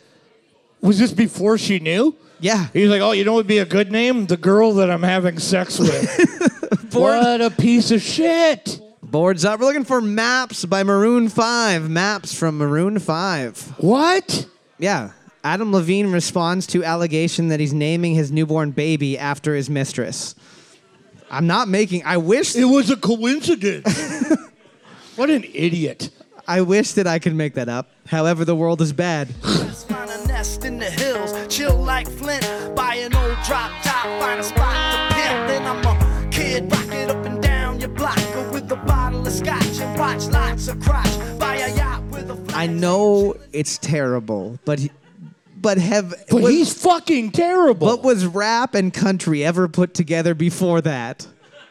Speaker 3: Was this before she knew?
Speaker 2: Yeah.
Speaker 3: He's like, oh, you know, what would be a good name. The girl that I'm having sex with.
Speaker 2: Board-
Speaker 3: what a piece of shit.
Speaker 2: boards up. We're looking for maps by Maroon Five. Maps from Maroon Five.
Speaker 3: What?
Speaker 2: Yeah. Adam Levine responds to allegation that he's naming his newborn baby after his mistress. I'm not making. I wish.
Speaker 3: It was a coincidence. what an idiot.
Speaker 2: I wish that I could make that up. However, the world is bad.
Speaker 8: Let's Find a nest in the hills, chill like Flint. Buy an old drop top, find a spot to pimp. Then I'm a kid, rock it up and down your block. Go with a bottle of scotch and watch lots of crotch. Buy a yacht with a
Speaker 2: I
Speaker 8: flag.
Speaker 2: know it's terrible, but he- but have
Speaker 3: But
Speaker 2: was-
Speaker 3: he's fucking terrible.
Speaker 2: what was rap and country ever put together before that?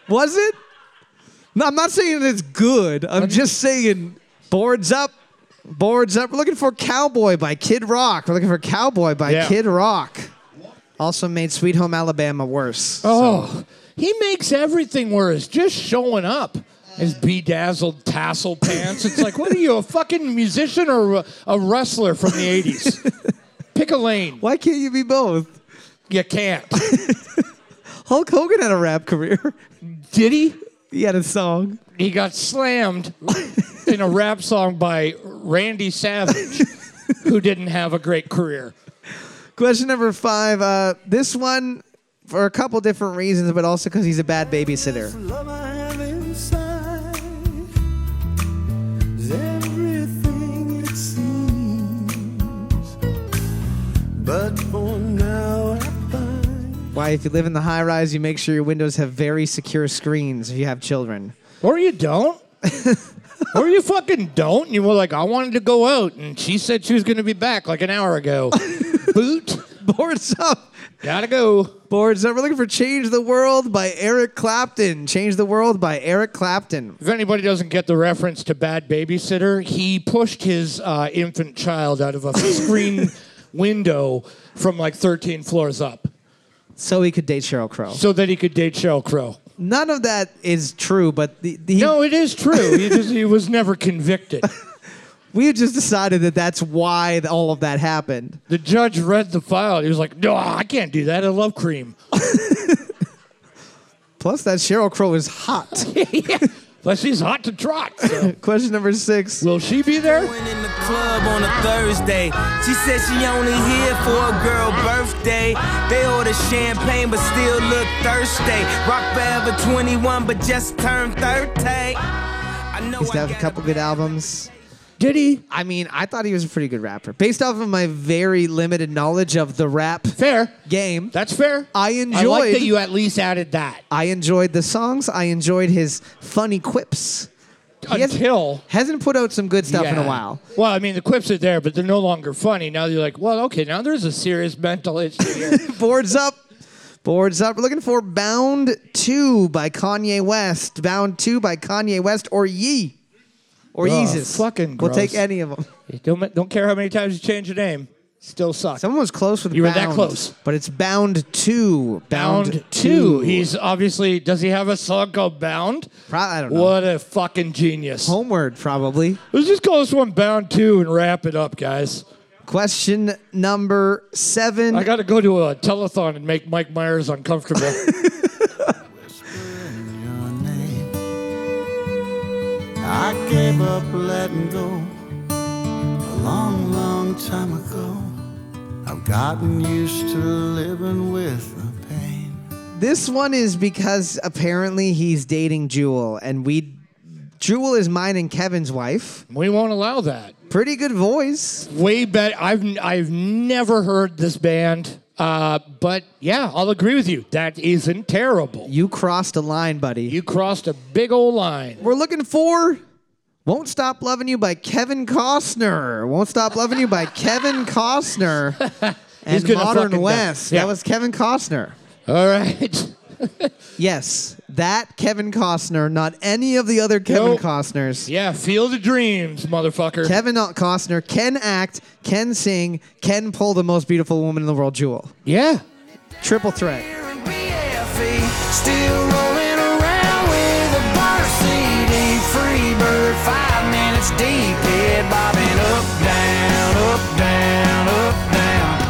Speaker 2: Was it? No, I'm not saying it's good. I'm just saying boards up, boards up. We're looking for Cowboy by Kid Rock. We're looking for Cowboy by
Speaker 3: Yeah.
Speaker 2: Kid Rock. Also made Sweet Home Alabama worse.
Speaker 3: oh, he makes everything worse just showing up. his bedazzled tassel pants. It's like, what are you, a fucking musician or a- a wrestler from the 80s? Pick a lane.
Speaker 2: Why can't you be both?
Speaker 3: You can't.
Speaker 2: Hulk Hogan had a rap career.
Speaker 3: Did he?
Speaker 2: he had a song.
Speaker 3: He got slammed in a rap song by Randy Savage, who didn't have a great career.
Speaker 2: Question number five. Uh, this one for a couple different reasons, but also because he's a bad babysitter.
Speaker 5: love I have inside is everything it seems. But for now, I find
Speaker 2: Why, if you live in the high rise, you make sure your windows have very secure screens if you have children.
Speaker 3: Or you don't. or you fucking don't. And you were like, I wanted to go out, and she said she was going to be back like an hour ago. Boot.
Speaker 2: Boards up.
Speaker 3: Gotta go.
Speaker 2: Boards up. We're looking for Change the World by Eric Clapton. Change the World by Eric Clapton.
Speaker 3: If anybody doesn't get the reference to Bad Babysitter, he pushed his uh, infant child out of a screen window from like 13 floors up
Speaker 2: So he could date Cheryl Crow.
Speaker 3: so that he could date Sheryl Crow.
Speaker 2: None of that is true, but the, the,
Speaker 3: No, it is true. He, just, he was never convicted.
Speaker 2: we just decided that that's why all of that happened.
Speaker 3: The judge read the file. He was like, no, I can't do that. I love cream.
Speaker 2: Plus, that Cheryl Crow is hot.
Speaker 3: But she's hot to trot. so.
Speaker 2: Question number six.
Speaker 3: Will she be there?
Speaker 5: went in the club on a Thursday. She said she only here for a girl birthday. They order champagne but still look thirsty. Rock forever 21 but just turned 30. I know
Speaker 2: He's
Speaker 5: I
Speaker 2: had a
Speaker 5: got
Speaker 2: couple good albums.
Speaker 3: Did he?
Speaker 2: I mean, I thought he was a pretty good rapper. Based off of my very limited knowledge of the rap
Speaker 3: Fair.
Speaker 2: game,
Speaker 3: That's fair.
Speaker 2: I
Speaker 3: I like
Speaker 2: enjoyed-
Speaker 3: that you at least added that.
Speaker 2: I enjoyed the songs. I enjoyed his funny quips. He has-
Speaker 3: Until.
Speaker 2: hasn't put out some good stuff in a
Speaker 3: Yeah.
Speaker 2: while.
Speaker 3: Well, I mean, the quips are there, but they're no longer funny. Now you're like, well, okay, now there's a serious mental issue here.
Speaker 2: Boards up. Boards up. We're looking for Bound 2 by Kanye West. Bound 2 by Kanye West or Yee. Or
Speaker 3: Ugh,
Speaker 2: Yeezus.
Speaker 3: fucking
Speaker 2: We'll take
Speaker 3: gross.
Speaker 2: any of them.
Speaker 3: don't, don't care how many times you change your name, still sucks.
Speaker 2: Someone was close with
Speaker 3: You were
Speaker 2: Bound.
Speaker 3: that close.
Speaker 2: But it's Bound 2.
Speaker 3: Bound, two. He's obviously, does he have a song called Bound?
Speaker 2: Pro- I don't know.
Speaker 3: What a fucking genius.
Speaker 2: Homeward, probably.
Speaker 3: Let's just call this one Bound 2 and wrap it up, guys.
Speaker 2: Question number seven.
Speaker 3: I got to go to a telethon and make Mike Myers uncomfortable.
Speaker 5: your name. I gave up letting go a long, long time ago. I've gotten used to living with the pain.
Speaker 2: This one is because apparently he's dating Jewel, and we. Jewel is mine and Kevin's wife.
Speaker 3: we won't allow that.
Speaker 2: Pretty good voice.
Speaker 3: Way better. I've, I've never heard this band. Uh, but yeah, I'll agree with you. That isn't terrible.
Speaker 2: You crossed a line, buddy.
Speaker 3: You crossed a big old line.
Speaker 2: We're looking for Won't Stop Loving You by Kevin Costner. Won't Stop Loving You by Kevin Costner and
Speaker 3: gonna
Speaker 2: Modern
Speaker 3: fucking die.
Speaker 2: West.
Speaker 3: Yeah.
Speaker 2: That was Kevin Costner.
Speaker 3: All right.
Speaker 2: Yes, that Kevin Costner, not any of the other Kevin
Speaker 3: Nope.
Speaker 2: Costners.
Speaker 3: Yeah, Field of Dreams, motherfucker.
Speaker 2: Kevin Costner can act, can sing, can pull the most beautiful woman in the world, Jewel.
Speaker 3: yeah.
Speaker 2: Triple threat.
Speaker 5: and BFE. Still rolling around with a bar CD. Free bird, five minutes deep. Head bobbing up, down, up, down, up, down.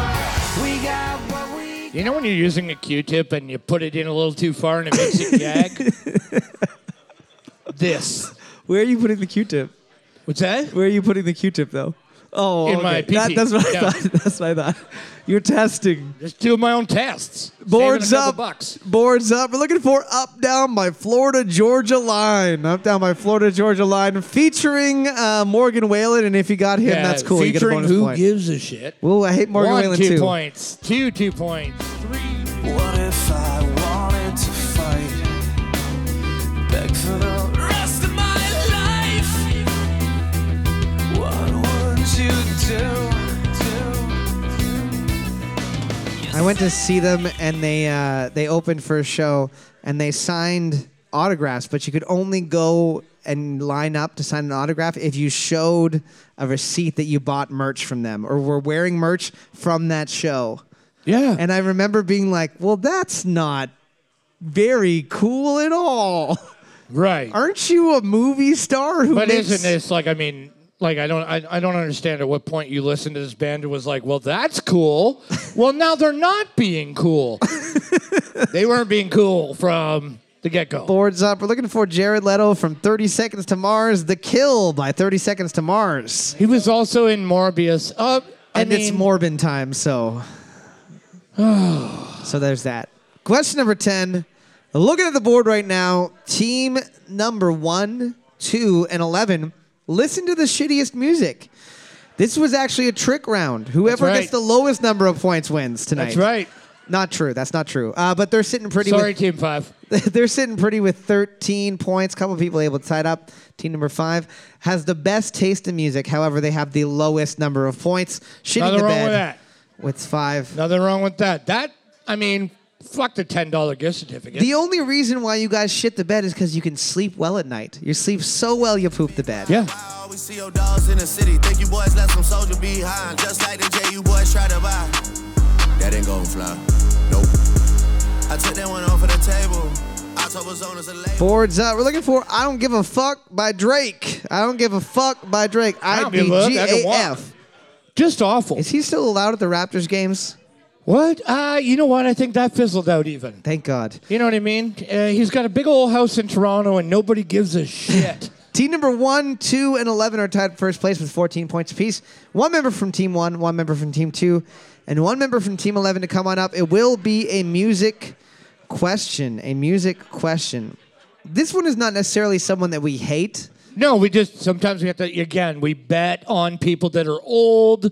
Speaker 5: We got what we
Speaker 3: You know when you're using a Q-tip and you put it in a little too far and it makes it gag? this.
Speaker 2: Where are you putting the Q-tip?
Speaker 3: What's that?
Speaker 2: Where are you putting the Q-tip though? Oh,
Speaker 3: In my pee-pee.
Speaker 2: That- that's what I
Speaker 3: Yeah.
Speaker 2: thought. That's what I thought. You're testing.
Speaker 3: Just doing my own tests. Saving
Speaker 2: Boards
Speaker 3: a couple
Speaker 2: up.
Speaker 3: Bucks.
Speaker 2: Boards up. We're looking for Up Down by Florida Georgia Line. Up Down by Florida Georgia Line featuring uh, Morgan Whalen. And if you got him,
Speaker 3: Yeah,
Speaker 2: that's cool. You get a
Speaker 3: Featuring
Speaker 2: bonus
Speaker 3: who
Speaker 2: point.
Speaker 3: gives a shit.
Speaker 2: Well, I hate Morgan
Speaker 3: One,
Speaker 2: Whalen
Speaker 3: two
Speaker 2: too.
Speaker 3: points. Two, two points.
Speaker 5: What if I wanted to fight? Beg for the rest of my life. What would you do?
Speaker 2: I went to see them, and they uh, they opened for a show, and they signed autographs, but you could only go and line up to sign an autograph if you showed a receipt that you bought merch from them or were wearing merch from that show.
Speaker 3: Yeah.
Speaker 2: And I remember being like, "Well, that's not very cool at all."
Speaker 3: Right.
Speaker 2: Aren't you a movie star who
Speaker 3: But
Speaker 2: makes-
Speaker 3: isn't this like I mean like I don't I, I don't understand at what point you listened to this band and was like, well that's cool. well now they're not being cool. they weren't being cool from the get go.
Speaker 2: boards up? We're looking for Jared Leto from 30 Seconds to Mars, The Kill by 30 Seconds to Mars.
Speaker 3: He was also in Morbius. Uh, I
Speaker 2: And it's
Speaker 3: mean,
Speaker 2: Morbin time, so. so there's that. Question number 10. Looking at the board right now, team number 1, 2, and 11, listen to the shittiest music. This was actually a trick round. Whoever
Speaker 3: right.
Speaker 2: gets the lowest number of points wins tonight.
Speaker 3: That's right.
Speaker 2: Not true. That's not true. Uh, but they're sitting pretty.
Speaker 3: Sorry,
Speaker 2: with-
Speaker 3: Team Five.
Speaker 2: they're sitting pretty with 13 points. couple people able to tie it up. Team number five has the best taste in music. However, they have the lowest number of points. Shitting
Speaker 3: Nothing
Speaker 2: the
Speaker 3: wrong
Speaker 2: bed
Speaker 3: with that.
Speaker 2: with five.
Speaker 3: Nothing wrong with that. That I mean, fuck the ten dollar gift certificate.
Speaker 2: The only reason why you guys shit the bed is because you can sleep well at night. You sleep so well, you poop the bed.
Speaker 3: yeah.
Speaker 9: I always see your dogs in the city. Think you boys left some soldier behind. Just like the JU boys try to buy. That ain't gon' fly. Nope. I took that one off of the table. October's on is a label.
Speaker 2: Boards up. We're looking for I Don't Give a Fuck by Drake. I Don't Give a Fuck by Drake.
Speaker 3: I don't give a fuck. I can walk.
Speaker 2: IBGAF.
Speaker 3: Just awful.
Speaker 2: Is he still allowed at the Raptors games?
Speaker 3: what? Uh, you know what? I think that fizzled out even.
Speaker 2: Thank God.
Speaker 3: You know what I mean? Uh, he's got a big old house in Toronto and nobody gives a shit.
Speaker 2: Team number one, two, and 11 are tied for first place with 14 points apiece. One member from team one, one member from team two, and one member from team 11 to come on up. It will be a music question. A music question. This one is not necessarily someone that we hate.
Speaker 3: no, we just sometimes we have to again, we bet on people that are old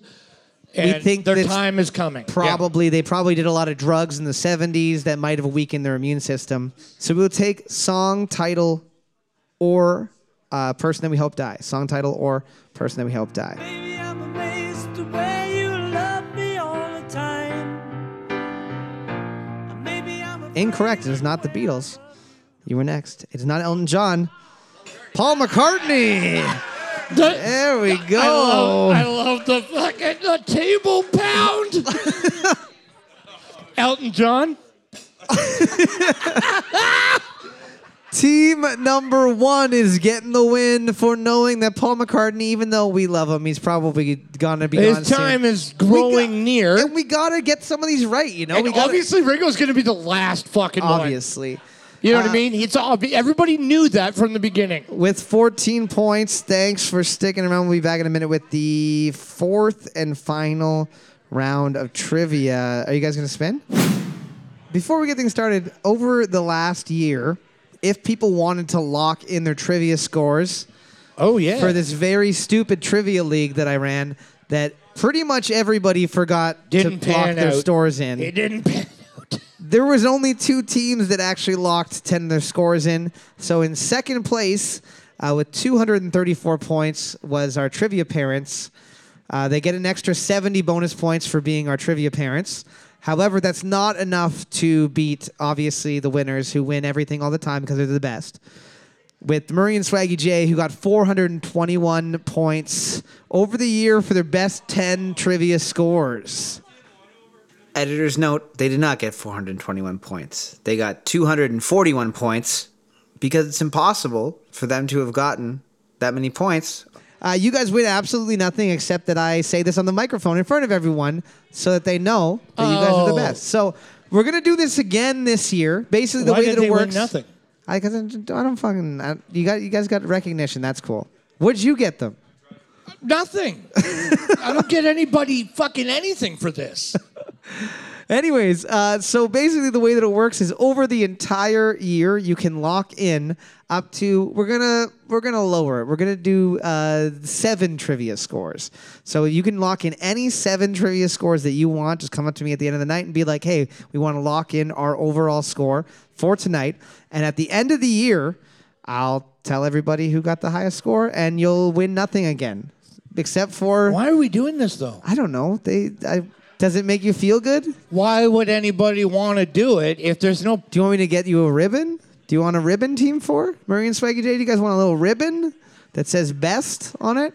Speaker 3: and
Speaker 2: think
Speaker 3: their
Speaker 2: that's
Speaker 3: time is coming. Yeah.
Speaker 2: Probably, they probably did a lot of drugs in the 70s that might have weakened their immune system. So we'll take song title or uh, person that we hope die. Song title or person that we hope die.
Speaker 5: Baby, I'm amazed the way you love me all the time. Maybe I'm amazed
Speaker 2: Incorrect. It is not the Beatles. You were next. It is not Elton John. Paul McCartney.
Speaker 3: The-
Speaker 2: There we go.
Speaker 3: I love, I love the fucking the table pound. Elton John.
Speaker 2: Team number one is getting the win for knowing that Paul McCartney, even though we love him, he's probably gonna be gone
Speaker 3: His
Speaker 2: soon.
Speaker 3: time is
Speaker 2: We got-
Speaker 3: growing near.
Speaker 2: and we gotta get some of these right. You know,
Speaker 3: And
Speaker 2: we gotta,
Speaker 3: obviously, Ringo's going to be the last fucking one.
Speaker 2: obviously.
Speaker 3: You know what
Speaker 2: Uh,
Speaker 3: I mean? It's obvious. Everybody knew that from the beginning.
Speaker 2: with 14 points. Thanks for sticking around. We'll be back in a minute with the fourth and final round of trivia. Are you guys going to spin? Before we get things started, over the last year, if people wanted to lock in their trivia scores
Speaker 3: Oh yeah.
Speaker 2: for this very stupid trivia league that I ran, that pretty much everybody forgot
Speaker 3: didn't
Speaker 2: to lock
Speaker 3: pan
Speaker 2: their
Speaker 3: out.
Speaker 2: scores in
Speaker 3: It didn't pan out.
Speaker 2: there was only two teams that actually locked 10 of their scores in. So in second place, uh, with 234 points, was our trivia parents. Uh, they get an extra 70 bonus points for being our trivia parents. However, that's not enough to beat, obviously, the winners who win everything all the time because they're the best with Murray and Swaggy J, who got 421 points over the year for their best 10 trivia scores.
Speaker 10: Editor's note, they did not get 421 points. They got 241 points because it's impossible for them to have gotten that many points.
Speaker 2: Uh, you guys win absolutely nothing except that I say this on the microphone in front of everyone so that they know that you guys are the
Speaker 3: Oh.
Speaker 2: best. So we're going to do this again this year. Basically, the
Speaker 3: Why
Speaker 2: way
Speaker 3: did
Speaker 2: that it
Speaker 3: they win
Speaker 2: works.
Speaker 3: nothing?
Speaker 2: I, 'cause I don't fucking. I, you, got, you guys got recognition. That's cool. Where'd you get them?
Speaker 3: Nothing. I don't get anybody fucking anything for this.
Speaker 2: Anyways, uh, so basically the way that it works is over the entire year you can lock in up to we're gonna we're gonna lower it. We're gonna do uh, seven trivia scores. So you can lock in any seven trivia scores that you want. Just come up to me at the end of the night and be like, hey, we want to lock in our overall score for tonight. And at the end of the year, I'll tell everybody who got the highest score, and you'll win nothing again, except for
Speaker 3: Why are we doing this though?
Speaker 2: I don't know. They I, does it make you feel good?
Speaker 3: Why would anybody want to do it if there's no?
Speaker 2: Do you want me to get you a ribbon? Do you want a ribbon team for Murray and Swaggy J? Do you guys want a little ribbon that says best on it?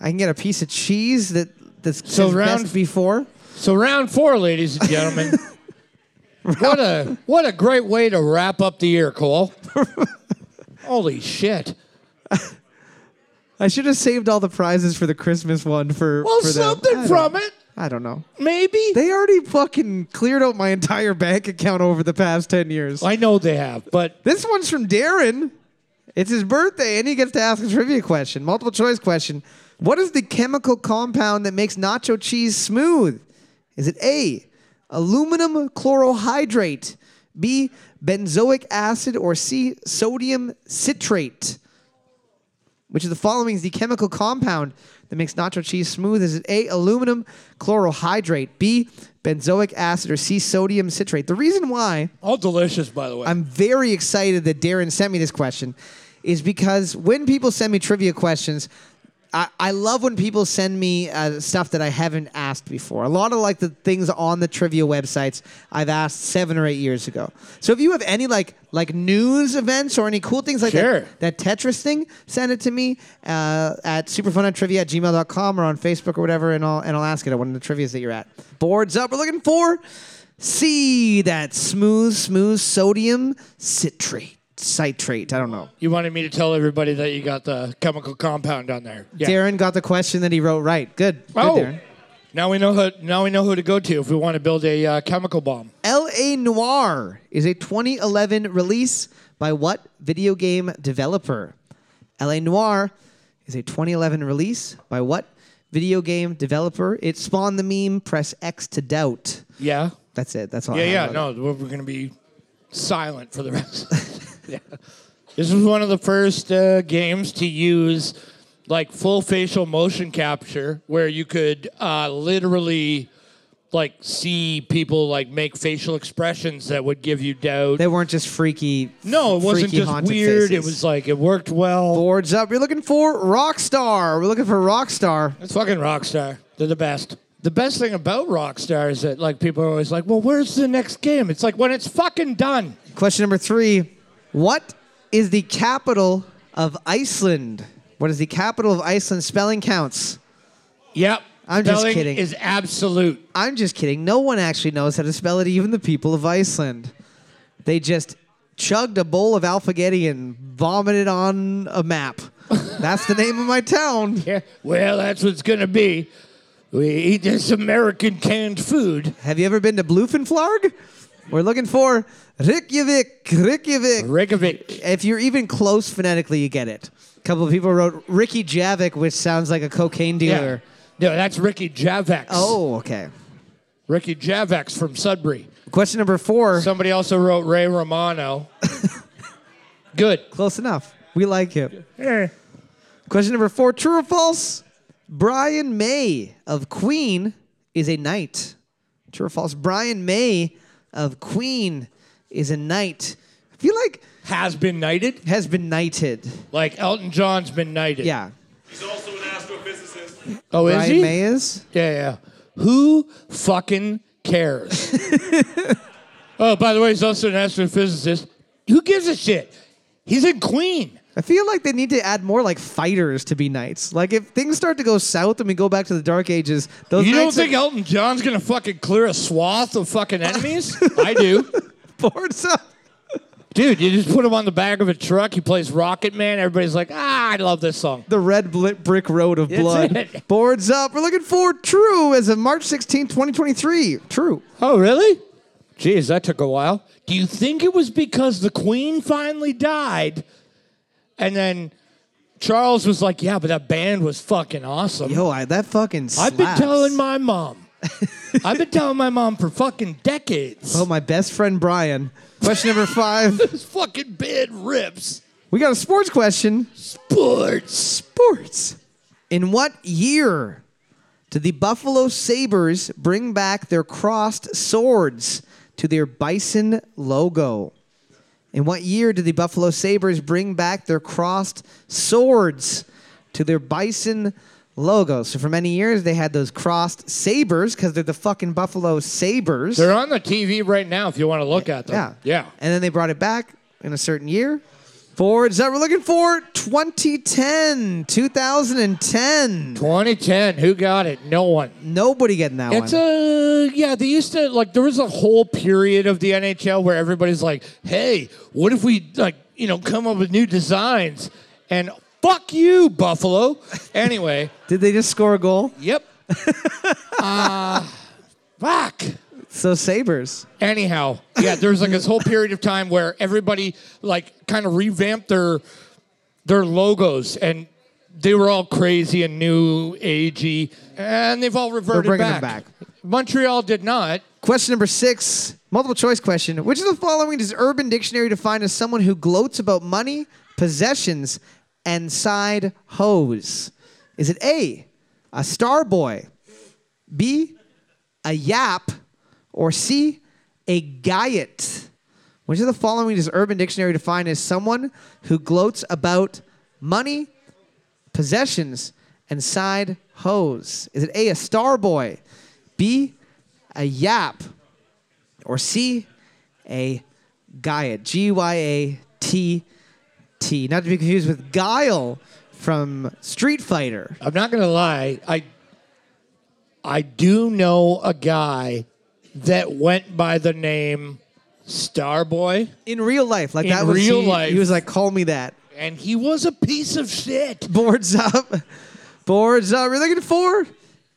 Speaker 2: I can get a piece of cheese that that's
Speaker 3: So
Speaker 2: says
Speaker 3: round-
Speaker 2: best before.
Speaker 3: So round four, ladies and gentlemen. what a what a great way to wrap up the year, Cole. Holy shit.
Speaker 2: I should have saved all the prizes for the Christmas one for.
Speaker 3: Well,
Speaker 2: for them. I
Speaker 3: something
Speaker 2: don't-
Speaker 3: from it,
Speaker 2: I don't know.
Speaker 3: maybe.
Speaker 2: They already fucking cleared out my entire bank account over the past 10 years.
Speaker 3: I know they have, but
Speaker 2: This one's from Darren. It's his birthday, and he gets to ask a trivia question, multiple choice question. What is the chemical compound that makes nacho cheese smooth? Is it A, aluminum chlorohydrate, B, benzoic acid, or C, sodium citrate? Which of the following is the chemical compound that makes nacho cheese smooth? Is it A, aluminum chlorohydrate, B, benzoic acid, or C, sodium citrate? The reason why.
Speaker 3: all delicious, by the way.
Speaker 2: I'm very excited that Darren sent me this question, is because when people send me trivia questions, I, I love when people send me uh, stuff that I haven't asked before. A lot of like the things on the trivia websites I've asked seven or eight years ago. So if you have any like like news events or any cool things like
Speaker 3: Sure.
Speaker 2: that, that Tetris thing, send it to me uh, at superfunontrivia at gmail.com or on Facebook or whatever, and I'll and I'll ask it at one of the trivia's that you're at. Boards up. We're looking for C, that smooth, smooth sodium citrate. Citrate. I don't know.
Speaker 3: you wanted me to tell everybody that you got the chemical compound on there. Yeah.
Speaker 2: Darren got the question that he wrote right. Good. Good,
Speaker 3: oh,
Speaker 2: Darren.
Speaker 3: now we know who. Now we know who to go to if we want to build a uh, chemical bomb.
Speaker 2: L.A. Noir is a 2011 release by what video game developer? L.A. Noir is a 2011 release by what video game developer? It spawned the meme, press X to doubt.
Speaker 3: Yeah.
Speaker 2: That's it. That's all I
Speaker 3: Yeah,
Speaker 2: have
Speaker 3: yeah.
Speaker 2: about it.
Speaker 3: No, we're, we're going to be silent for the rest. yeah. This was one of the first uh, games to use like full facial motion capture, where you could uh, literally like see people like make facial expressions that would give you doubt.
Speaker 2: They weren't just freaky.
Speaker 3: no, it wasn't
Speaker 2: freaky
Speaker 3: just
Speaker 2: haunted
Speaker 3: weird. It
Speaker 2: faces.
Speaker 3: was like it worked well.
Speaker 2: Boards up. You're looking for Rockstar. We're looking for Rockstar.
Speaker 3: It's fucking Rockstar. They're the best. The best thing about Rockstar is that like people are always like, "Well, where's the next game?" It's like when it's fucking done.
Speaker 2: Question number three What is the capital of Iceland? What is the capital of Iceland? Spelling counts.
Speaker 3: Yep.
Speaker 2: I'm just
Speaker 3: Spelling
Speaker 2: kidding.
Speaker 3: Is absolute.
Speaker 2: I'm just kidding. No one actually knows how to spell it, even the people of Iceland. They just chugged a bowl of alphagetti and vomited on a map. That's the name of my town.
Speaker 3: Yeah. Well, that's what's gonna be. We eat this American canned food.
Speaker 2: Have you ever been to Bluefenflarg? We're looking for Reykjavik, Reykjavik.
Speaker 3: Reykjavik.
Speaker 2: if you're even close phonetically, you get it. A couple of people wrote Ricky Javik, which sounds like a cocaine
Speaker 3: Yeah.
Speaker 2: dealer.
Speaker 3: No, that's Ricky Javex.
Speaker 2: Oh, okay.
Speaker 3: Ricky Javex from Sudbury.
Speaker 2: Question number four.
Speaker 3: Somebody also wrote Ray Romano. Good.
Speaker 2: Close enough. We like him. Question number four. True or false? Brian May of Queen is a knight. True or false? Brian May of Queen is a knight. I feel like
Speaker 3: Has been knighted.
Speaker 2: has been knighted.
Speaker 3: Like Elton John's been knighted.
Speaker 2: Yeah.
Speaker 6: He's also an astrophysicist.
Speaker 3: Oh, is
Speaker 2: Brian
Speaker 3: he?
Speaker 2: May is?
Speaker 3: Yeah, yeah. Who fucking cares? oh, by the way, he's also an astrophysicist. Who gives a shit? He's in Queen.
Speaker 2: I feel like they need to add more like fighters to be knights. Like if things start to go south and we go back to the dark ages, those
Speaker 3: You don't
Speaker 2: knights
Speaker 3: think
Speaker 2: are
Speaker 3: Elton John's gonna fucking clear a swath of fucking enemies? I do.
Speaker 2: boards up.
Speaker 3: Dude, you just put him on the back of a truck. He plays Rocket Man. Everybody's like, ah, I love this song.
Speaker 2: the red bl- brick road of blood.
Speaker 3: it.
Speaker 2: Boards up. We're looking for True as of March 16, 2023. True.
Speaker 3: Oh, really? Jeez, that took a while. Do you think it was because the Queen finally died, and then Charles was like, "Yeah, but that band was fucking awesome."
Speaker 2: Yo, I, that fucking slaps.
Speaker 3: I've been telling my mom. I've been telling my mom for fucking decades.
Speaker 2: Oh, my best friend Brian. Question number five.
Speaker 3: This fucking bed rips.
Speaker 2: we got a sports question.
Speaker 3: Sports.
Speaker 2: Sports. In what year did the Buffalo Sabres bring back their crossed swords to their bison logo? In what year did the Buffalo Sabres bring back their crossed swords to their bison logo? So for many years they had those crossed sabers because they're the fucking Buffalo Sabres.
Speaker 3: They're on the TV right now if you want to look at them.
Speaker 2: yeah. And then they brought it back in a certain year. Forwards that we're looking for 2010, 2010.
Speaker 3: 2010. Who got it? No one.
Speaker 2: Nobody getting that
Speaker 3: It's
Speaker 2: one.
Speaker 3: a yeah. They used to like there was a whole period of the NHL where everybody's like, "Hey, what if we like you know come up with new designs?" And fuck you, Buffalo. Anyway,
Speaker 2: Did they just score a goal?
Speaker 3: yep. uh, fuck.
Speaker 2: So Sabers.
Speaker 3: Anyhow, yeah, there's like this whole period of time where everybody like kind of revamped their their logos and they were all crazy and new agey and they've all reverted
Speaker 2: bringing them back.
Speaker 3: Montreal did not.
Speaker 2: Question number six, multiple choice question. Which of the following does Urban Dictionary define as someone who gloats about money, possessions, and side hoes? Is it A, a star boy, B, a yap, or C, a guyet? Which of the following does Urban Dictionary define as someone who gloats about money, possessions, and side hoes? Is it A, a star boy, B, a yap, or C, a guyet? G Y A T T. Not to be confused with guile from Street Fighter.
Speaker 3: I'm not gonna lie. I I do know a guy that went by the name Starboy,
Speaker 2: In real life, like
Speaker 3: In
Speaker 2: that was
Speaker 3: real
Speaker 2: he,
Speaker 3: life.
Speaker 2: he was like, call me that.
Speaker 3: and he was a piece of shit.
Speaker 2: Boards up. Boards up. We're looking for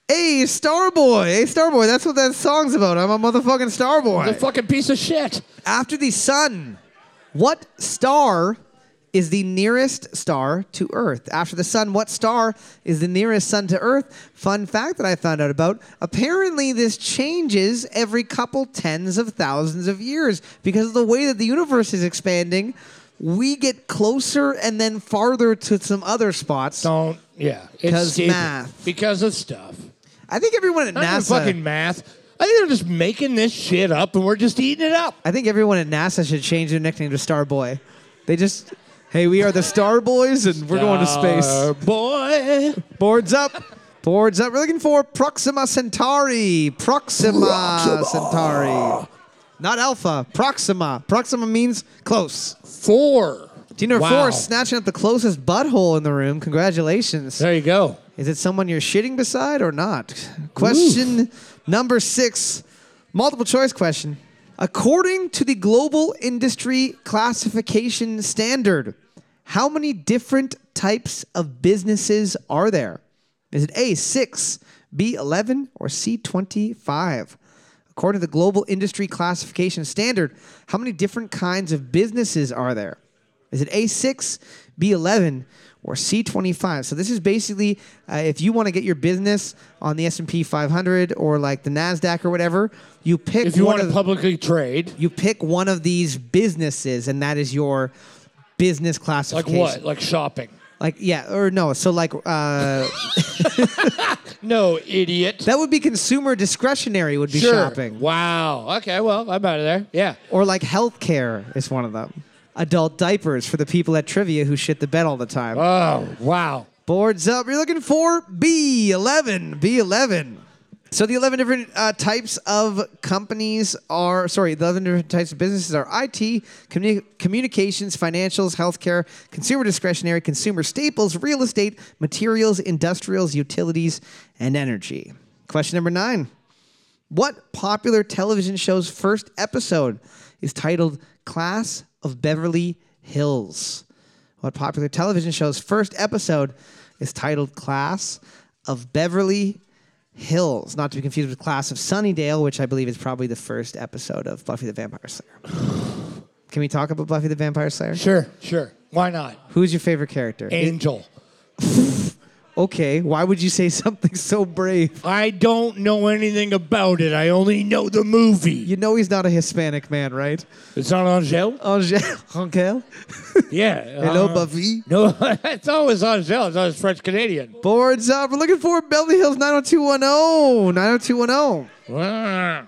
Speaker 2: a Starboy. A Starboy. That's what that song's about. I'm a motherfucking Starboy.
Speaker 3: A fucking piece of shit.
Speaker 2: After the sun, what star is the nearest star to Earth? After the sun, what star is the nearest sun to Earth? Fun fact that I found out about apparently, this changes every couple tens of thousands of years because of the way that the universe is expanding. We get closer and then farther to some other spots.
Speaker 3: Don't yeah. It's
Speaker 2: 'Cause
Speaker 3: stupid.
Speaker 2: math.
Speaker 3: Because of stuff.
Speaker 2: I think everyone at
Speaker 3: Not even
Speaker 2: NASA.
Speaker 3: fucking math. I think they're just making this shit up, and we're just eating it up.
Speaker 2: I think everyone at NASA should change their nickname to Starboy. They just, hey, we are the Star Boys and we're going to space.
Speaker 3: Uh, boy.
Speaker 2: Boards up. Boards up. We're looking for Proxima Centauri. Proxima, Centauri. Not Alpha. Proxima. Proxima means close.
Speaker 3: Four.
Speaker 2: Team number
Speaker 3: Wow.
Speaker 2: four is snatching up the closest butthole in the room. Congratulations.
Speaker 3: There you go.
Speaker 2: Is it someone you're shitting beside or not? Question number six, multiple choice question. According to the Global Industry Classification Standard, how many different types of businesses are there? Is it A, 6, B, 11, or C, 25? According to the Global Industry Classification Standard, how many different kinds of businesses are there? Is it A6, B11, or C25? So this is basically uh, if you want to get your business on the S&P 500 or like the Nasdaq or whatever, you pick
Speaker 3: If you
Speaker 2: one
Speaker 3: want
Speaker 2: of
Speaker 3: to publicly trade,
Speaker 2: you pick one of these businesses and that is your business
Speaker 3: like
Speaker 2: classification.
Speaker 3: what? Like shopping.
Speaker 2: Like yeah, or no, so like uh,
Speaker 3: No, idiot.
Speaker 2: that would be consumer discretionary would be
Speaker 3: Sure.
Speaker 2: shopping.
Speaker 3: Wow. Okay. Well, I'm out of there. Yeah.
Speaker 2: Or like healthcare is one of them. Adult diapers for the people at trivia who shit the bed all the time.
Speaker 3: Oh, wow.
Speaker 2: Boards up. You're looking for B11. B11. So the 11 different uh, types of companies are, sorry, the 11 different types of businesses are IT, communi- communications, financials, healthcare, consumer discretionary, consumer staples, real estate, materials, industrials, utilities, and energy. Question number nine. What popular television show's first episode is titled Class of Beverly Hills? What popular television show's first episode is titled Class of Beverly Hills? Not to be confused with Class of Sunnydale, which I believe is probably the first episode of Buffy the Vampire Slayer. Can we talk about Buffy the Vampire Slayer?
Speaker 3: Sure. Sure. Why not?
Speaker 2: Who's your favorite character?
Speaker 3: Angel.
Speaker 2: Okay, why would you say something so brave?
Speaker 3: I don't know anything about it. I only know the movie.
Speaker 2: You know he's not a Hispanic man, right?
Speaker 3: It's not Angel?
Speaker 2: Angel, Angel?
Speaker 3: Yeah.
Speaker 2: Hello,
Speaker 3: uh,
Speaker 2: Buffy.
Speaker 3: No, it's always Angel. It's always French Canadian.
Speaker 2: Boards up. We're looking for Beverly Hills 90210. 90210.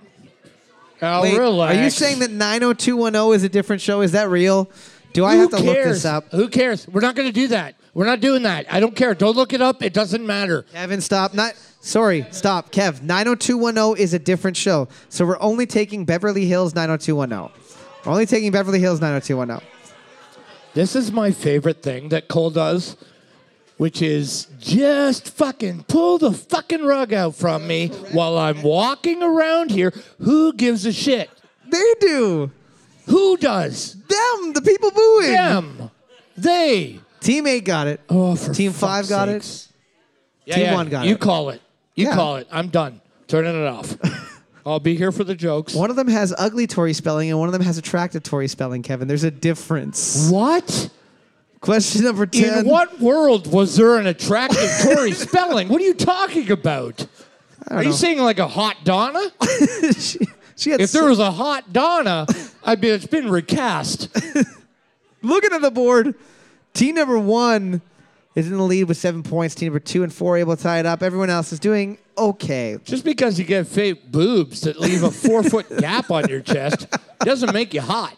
Speaker 2: oh. Wait,
Speaker 3: I'll Oh, relax.
Speaker 2: Are you saying that 90210 is a different show? Is that real? Do I
Speaker 3: Who
Speaker 2: have to
Speaker 3: cares?
Speaker 2: look this up?
Speaker 3: Who cares? We're not going to do that. We're not doing that. I don't care. Don't look it up. It doesn't matter.
Speaker 2: Kevin, stop. Not sorry, stop. Kev, 90210 is a different show. So we're only oh taking Beverly Hills 90210. We're only taking Beverly Hills 90210.
Speaker 3: This is my favorite thing that Cole does, which is just fucking pull the fucking rug out from me while I'm walking around here. Who gives a shit?
Speaker 2: They do.
Speaker 3: Who does?
Speaker 2: Them, the people booing.
Speaker 3: Them. They.
Speaker 2: Team eight got it.
Speaker 3: Oh, for
Speaker 2: Team
Speaker 3: fuck's
Speaker 2: five got it.
Speaker 3: sakes. Yeah,
Speaker 2: Team
Speaker 3: yeah,
Speaker 2: one got
Speaker 3: You
Speaker 2: it.
Speaker 3: call it. You
Speaker 2: Yeah.
Speaker 3: call it. I'm done. Turning it off. I'll be here for the jokes.
Speaker 2: One of them has ugly Tory spelling and one of them has attractive Tory spelling, Kevin. There's a difference.
Speaker 3: What?
Speaker 2: Question number 10.
Speaker 3: In what world was there an attractive Tory spelling? What are you talking about? Are you
Speaker 2: know.
Speaker 3: saying like a hot Donna?
Speaker 2: she, she had
Speaker 3: If
Speaker 2: so-
Speaker 3: there was a hot Donna, I'd be, it's been recast.
Speaker 2: Looking at the board, team number one is in the lead with seven points. Team number two and four are able to tie it up. Everyone else is doing okay.
Speaker 3: Just because you get fake boobs that leave a four foot gap on your chest doesn't make you hot.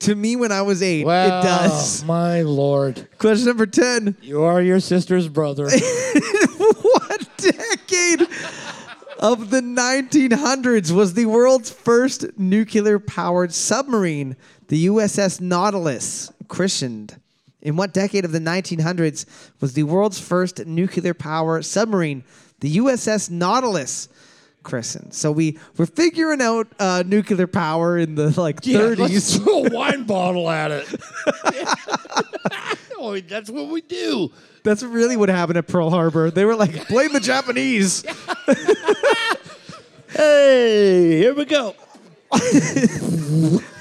Speaker 2: To me, when I was eight,
Speaker 3: Well,
Speaker 2: it does.
Speaker 3: My lord.
Speaker 2: Question number 10.
Speaker 3: You are your sister's brother.
Speaker 2: what decade of the 1900s was the world's first nuclear powered submarine, the USS Nautilus, christened? In what decade of the 1900s was the world's first nuclear powered submarine, the USS Nautilus? christened? So we we're figuring out uh, nuclear power in the like
Speaker 3: Yeah,
Speaker 2: 30s.
Speaker 3: Let's throw a wine bottle at it. oh, that's what we do.
Speaker 2: That's really what happened at Pearl Harbor. They were like, blame the Japanese.
Speaker 3: Hey, here we go.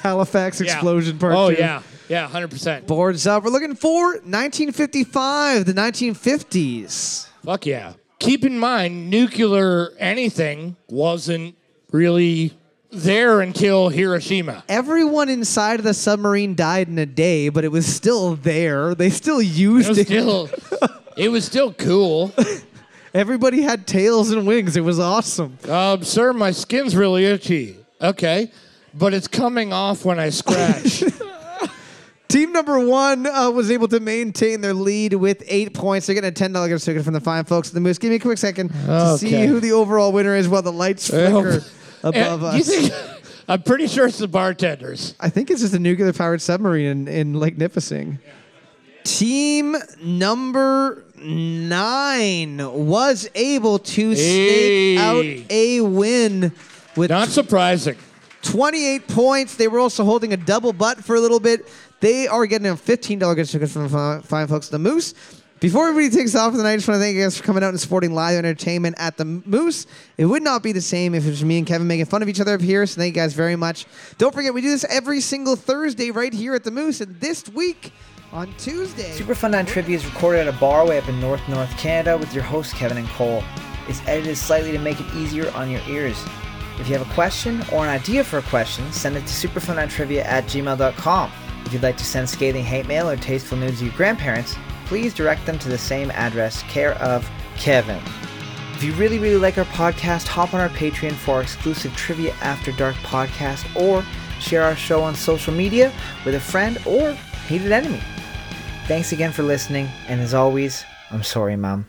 Speaker 2: Halifax explosion part
Speaker 3: Oh
Speaker 2: two.
Speaker 3: yeah, yeah, hundred percent.
Speaker 2: Boards up. We're looking for 1955, the 1950s.
Speaker 3: Fuck yeah. Keep in mind, nuclear anything wasn't really there until Hiroshima.
Speaker 2: Everyone inside of the submarine died in a day, but it was still there. They still used
Speaker 3: It was still, it was still cool.
Speaker 2: Everybody had tails and wings. It was awesome.
Speaker 3: Um, sir, my skin's really itchy. Okay, but it's coming off when I scratch.
Speaker 2: Team number one uh, was able to maintain their lead with eight points. They're getting a ten dollar gift certificate from the fine folks at the Moose. Give me a quick second to see
Speaker 3: Okay.
Speaker 2: who the overall winner is while the lights
Speaker 3: I hope-
Speaker 2: flicker above
Speaker 3: Eh,
Speaker 2: us.
Speaker 3: you think- I'm pretty sure it's the bartenders.
Speaker 2: I think it's just a nuclear powered submarine in, in Lake Nipissing. Team number nine was able to
Speaker 3: Hey.
Speaker 2: snake out a win with
Speaker 3: Not surprising.
Speaker 2: 28 points. They were also holding a double butt for a little bit. They are getting a $15 gift certificate from the fi- fine folks at the Moose. Before everybody takes off for the night, I just want to thank you guys for coming out and supporting live entertainment at the Moose. It would not be the same if it was me and Kevin making fun of each other up here, so thank you guys very much. Don't forget, we do this every single Thursday right here at the Moose, and this week on Tuesday.
Speaker 10: Superfund on Trivia is recorded at a bar way up in North North Canada with your hosts Kevin and Cole. It's edited slightly to make it easier on your ears. If you have a question or an idea for a question, send it to superfundontrivia at gmail.com. If you'd like to send scathing hate mail or tasteful news to your grandparents, please direct them to the same address, care of Kevin. If you really, really like our podcast, hop on our Patreon for our exclusive Trivia After Dark podcast or share our show on social media with a friend or hated enemy. Thanks again for listening, and as always, I'm sorry, Mom.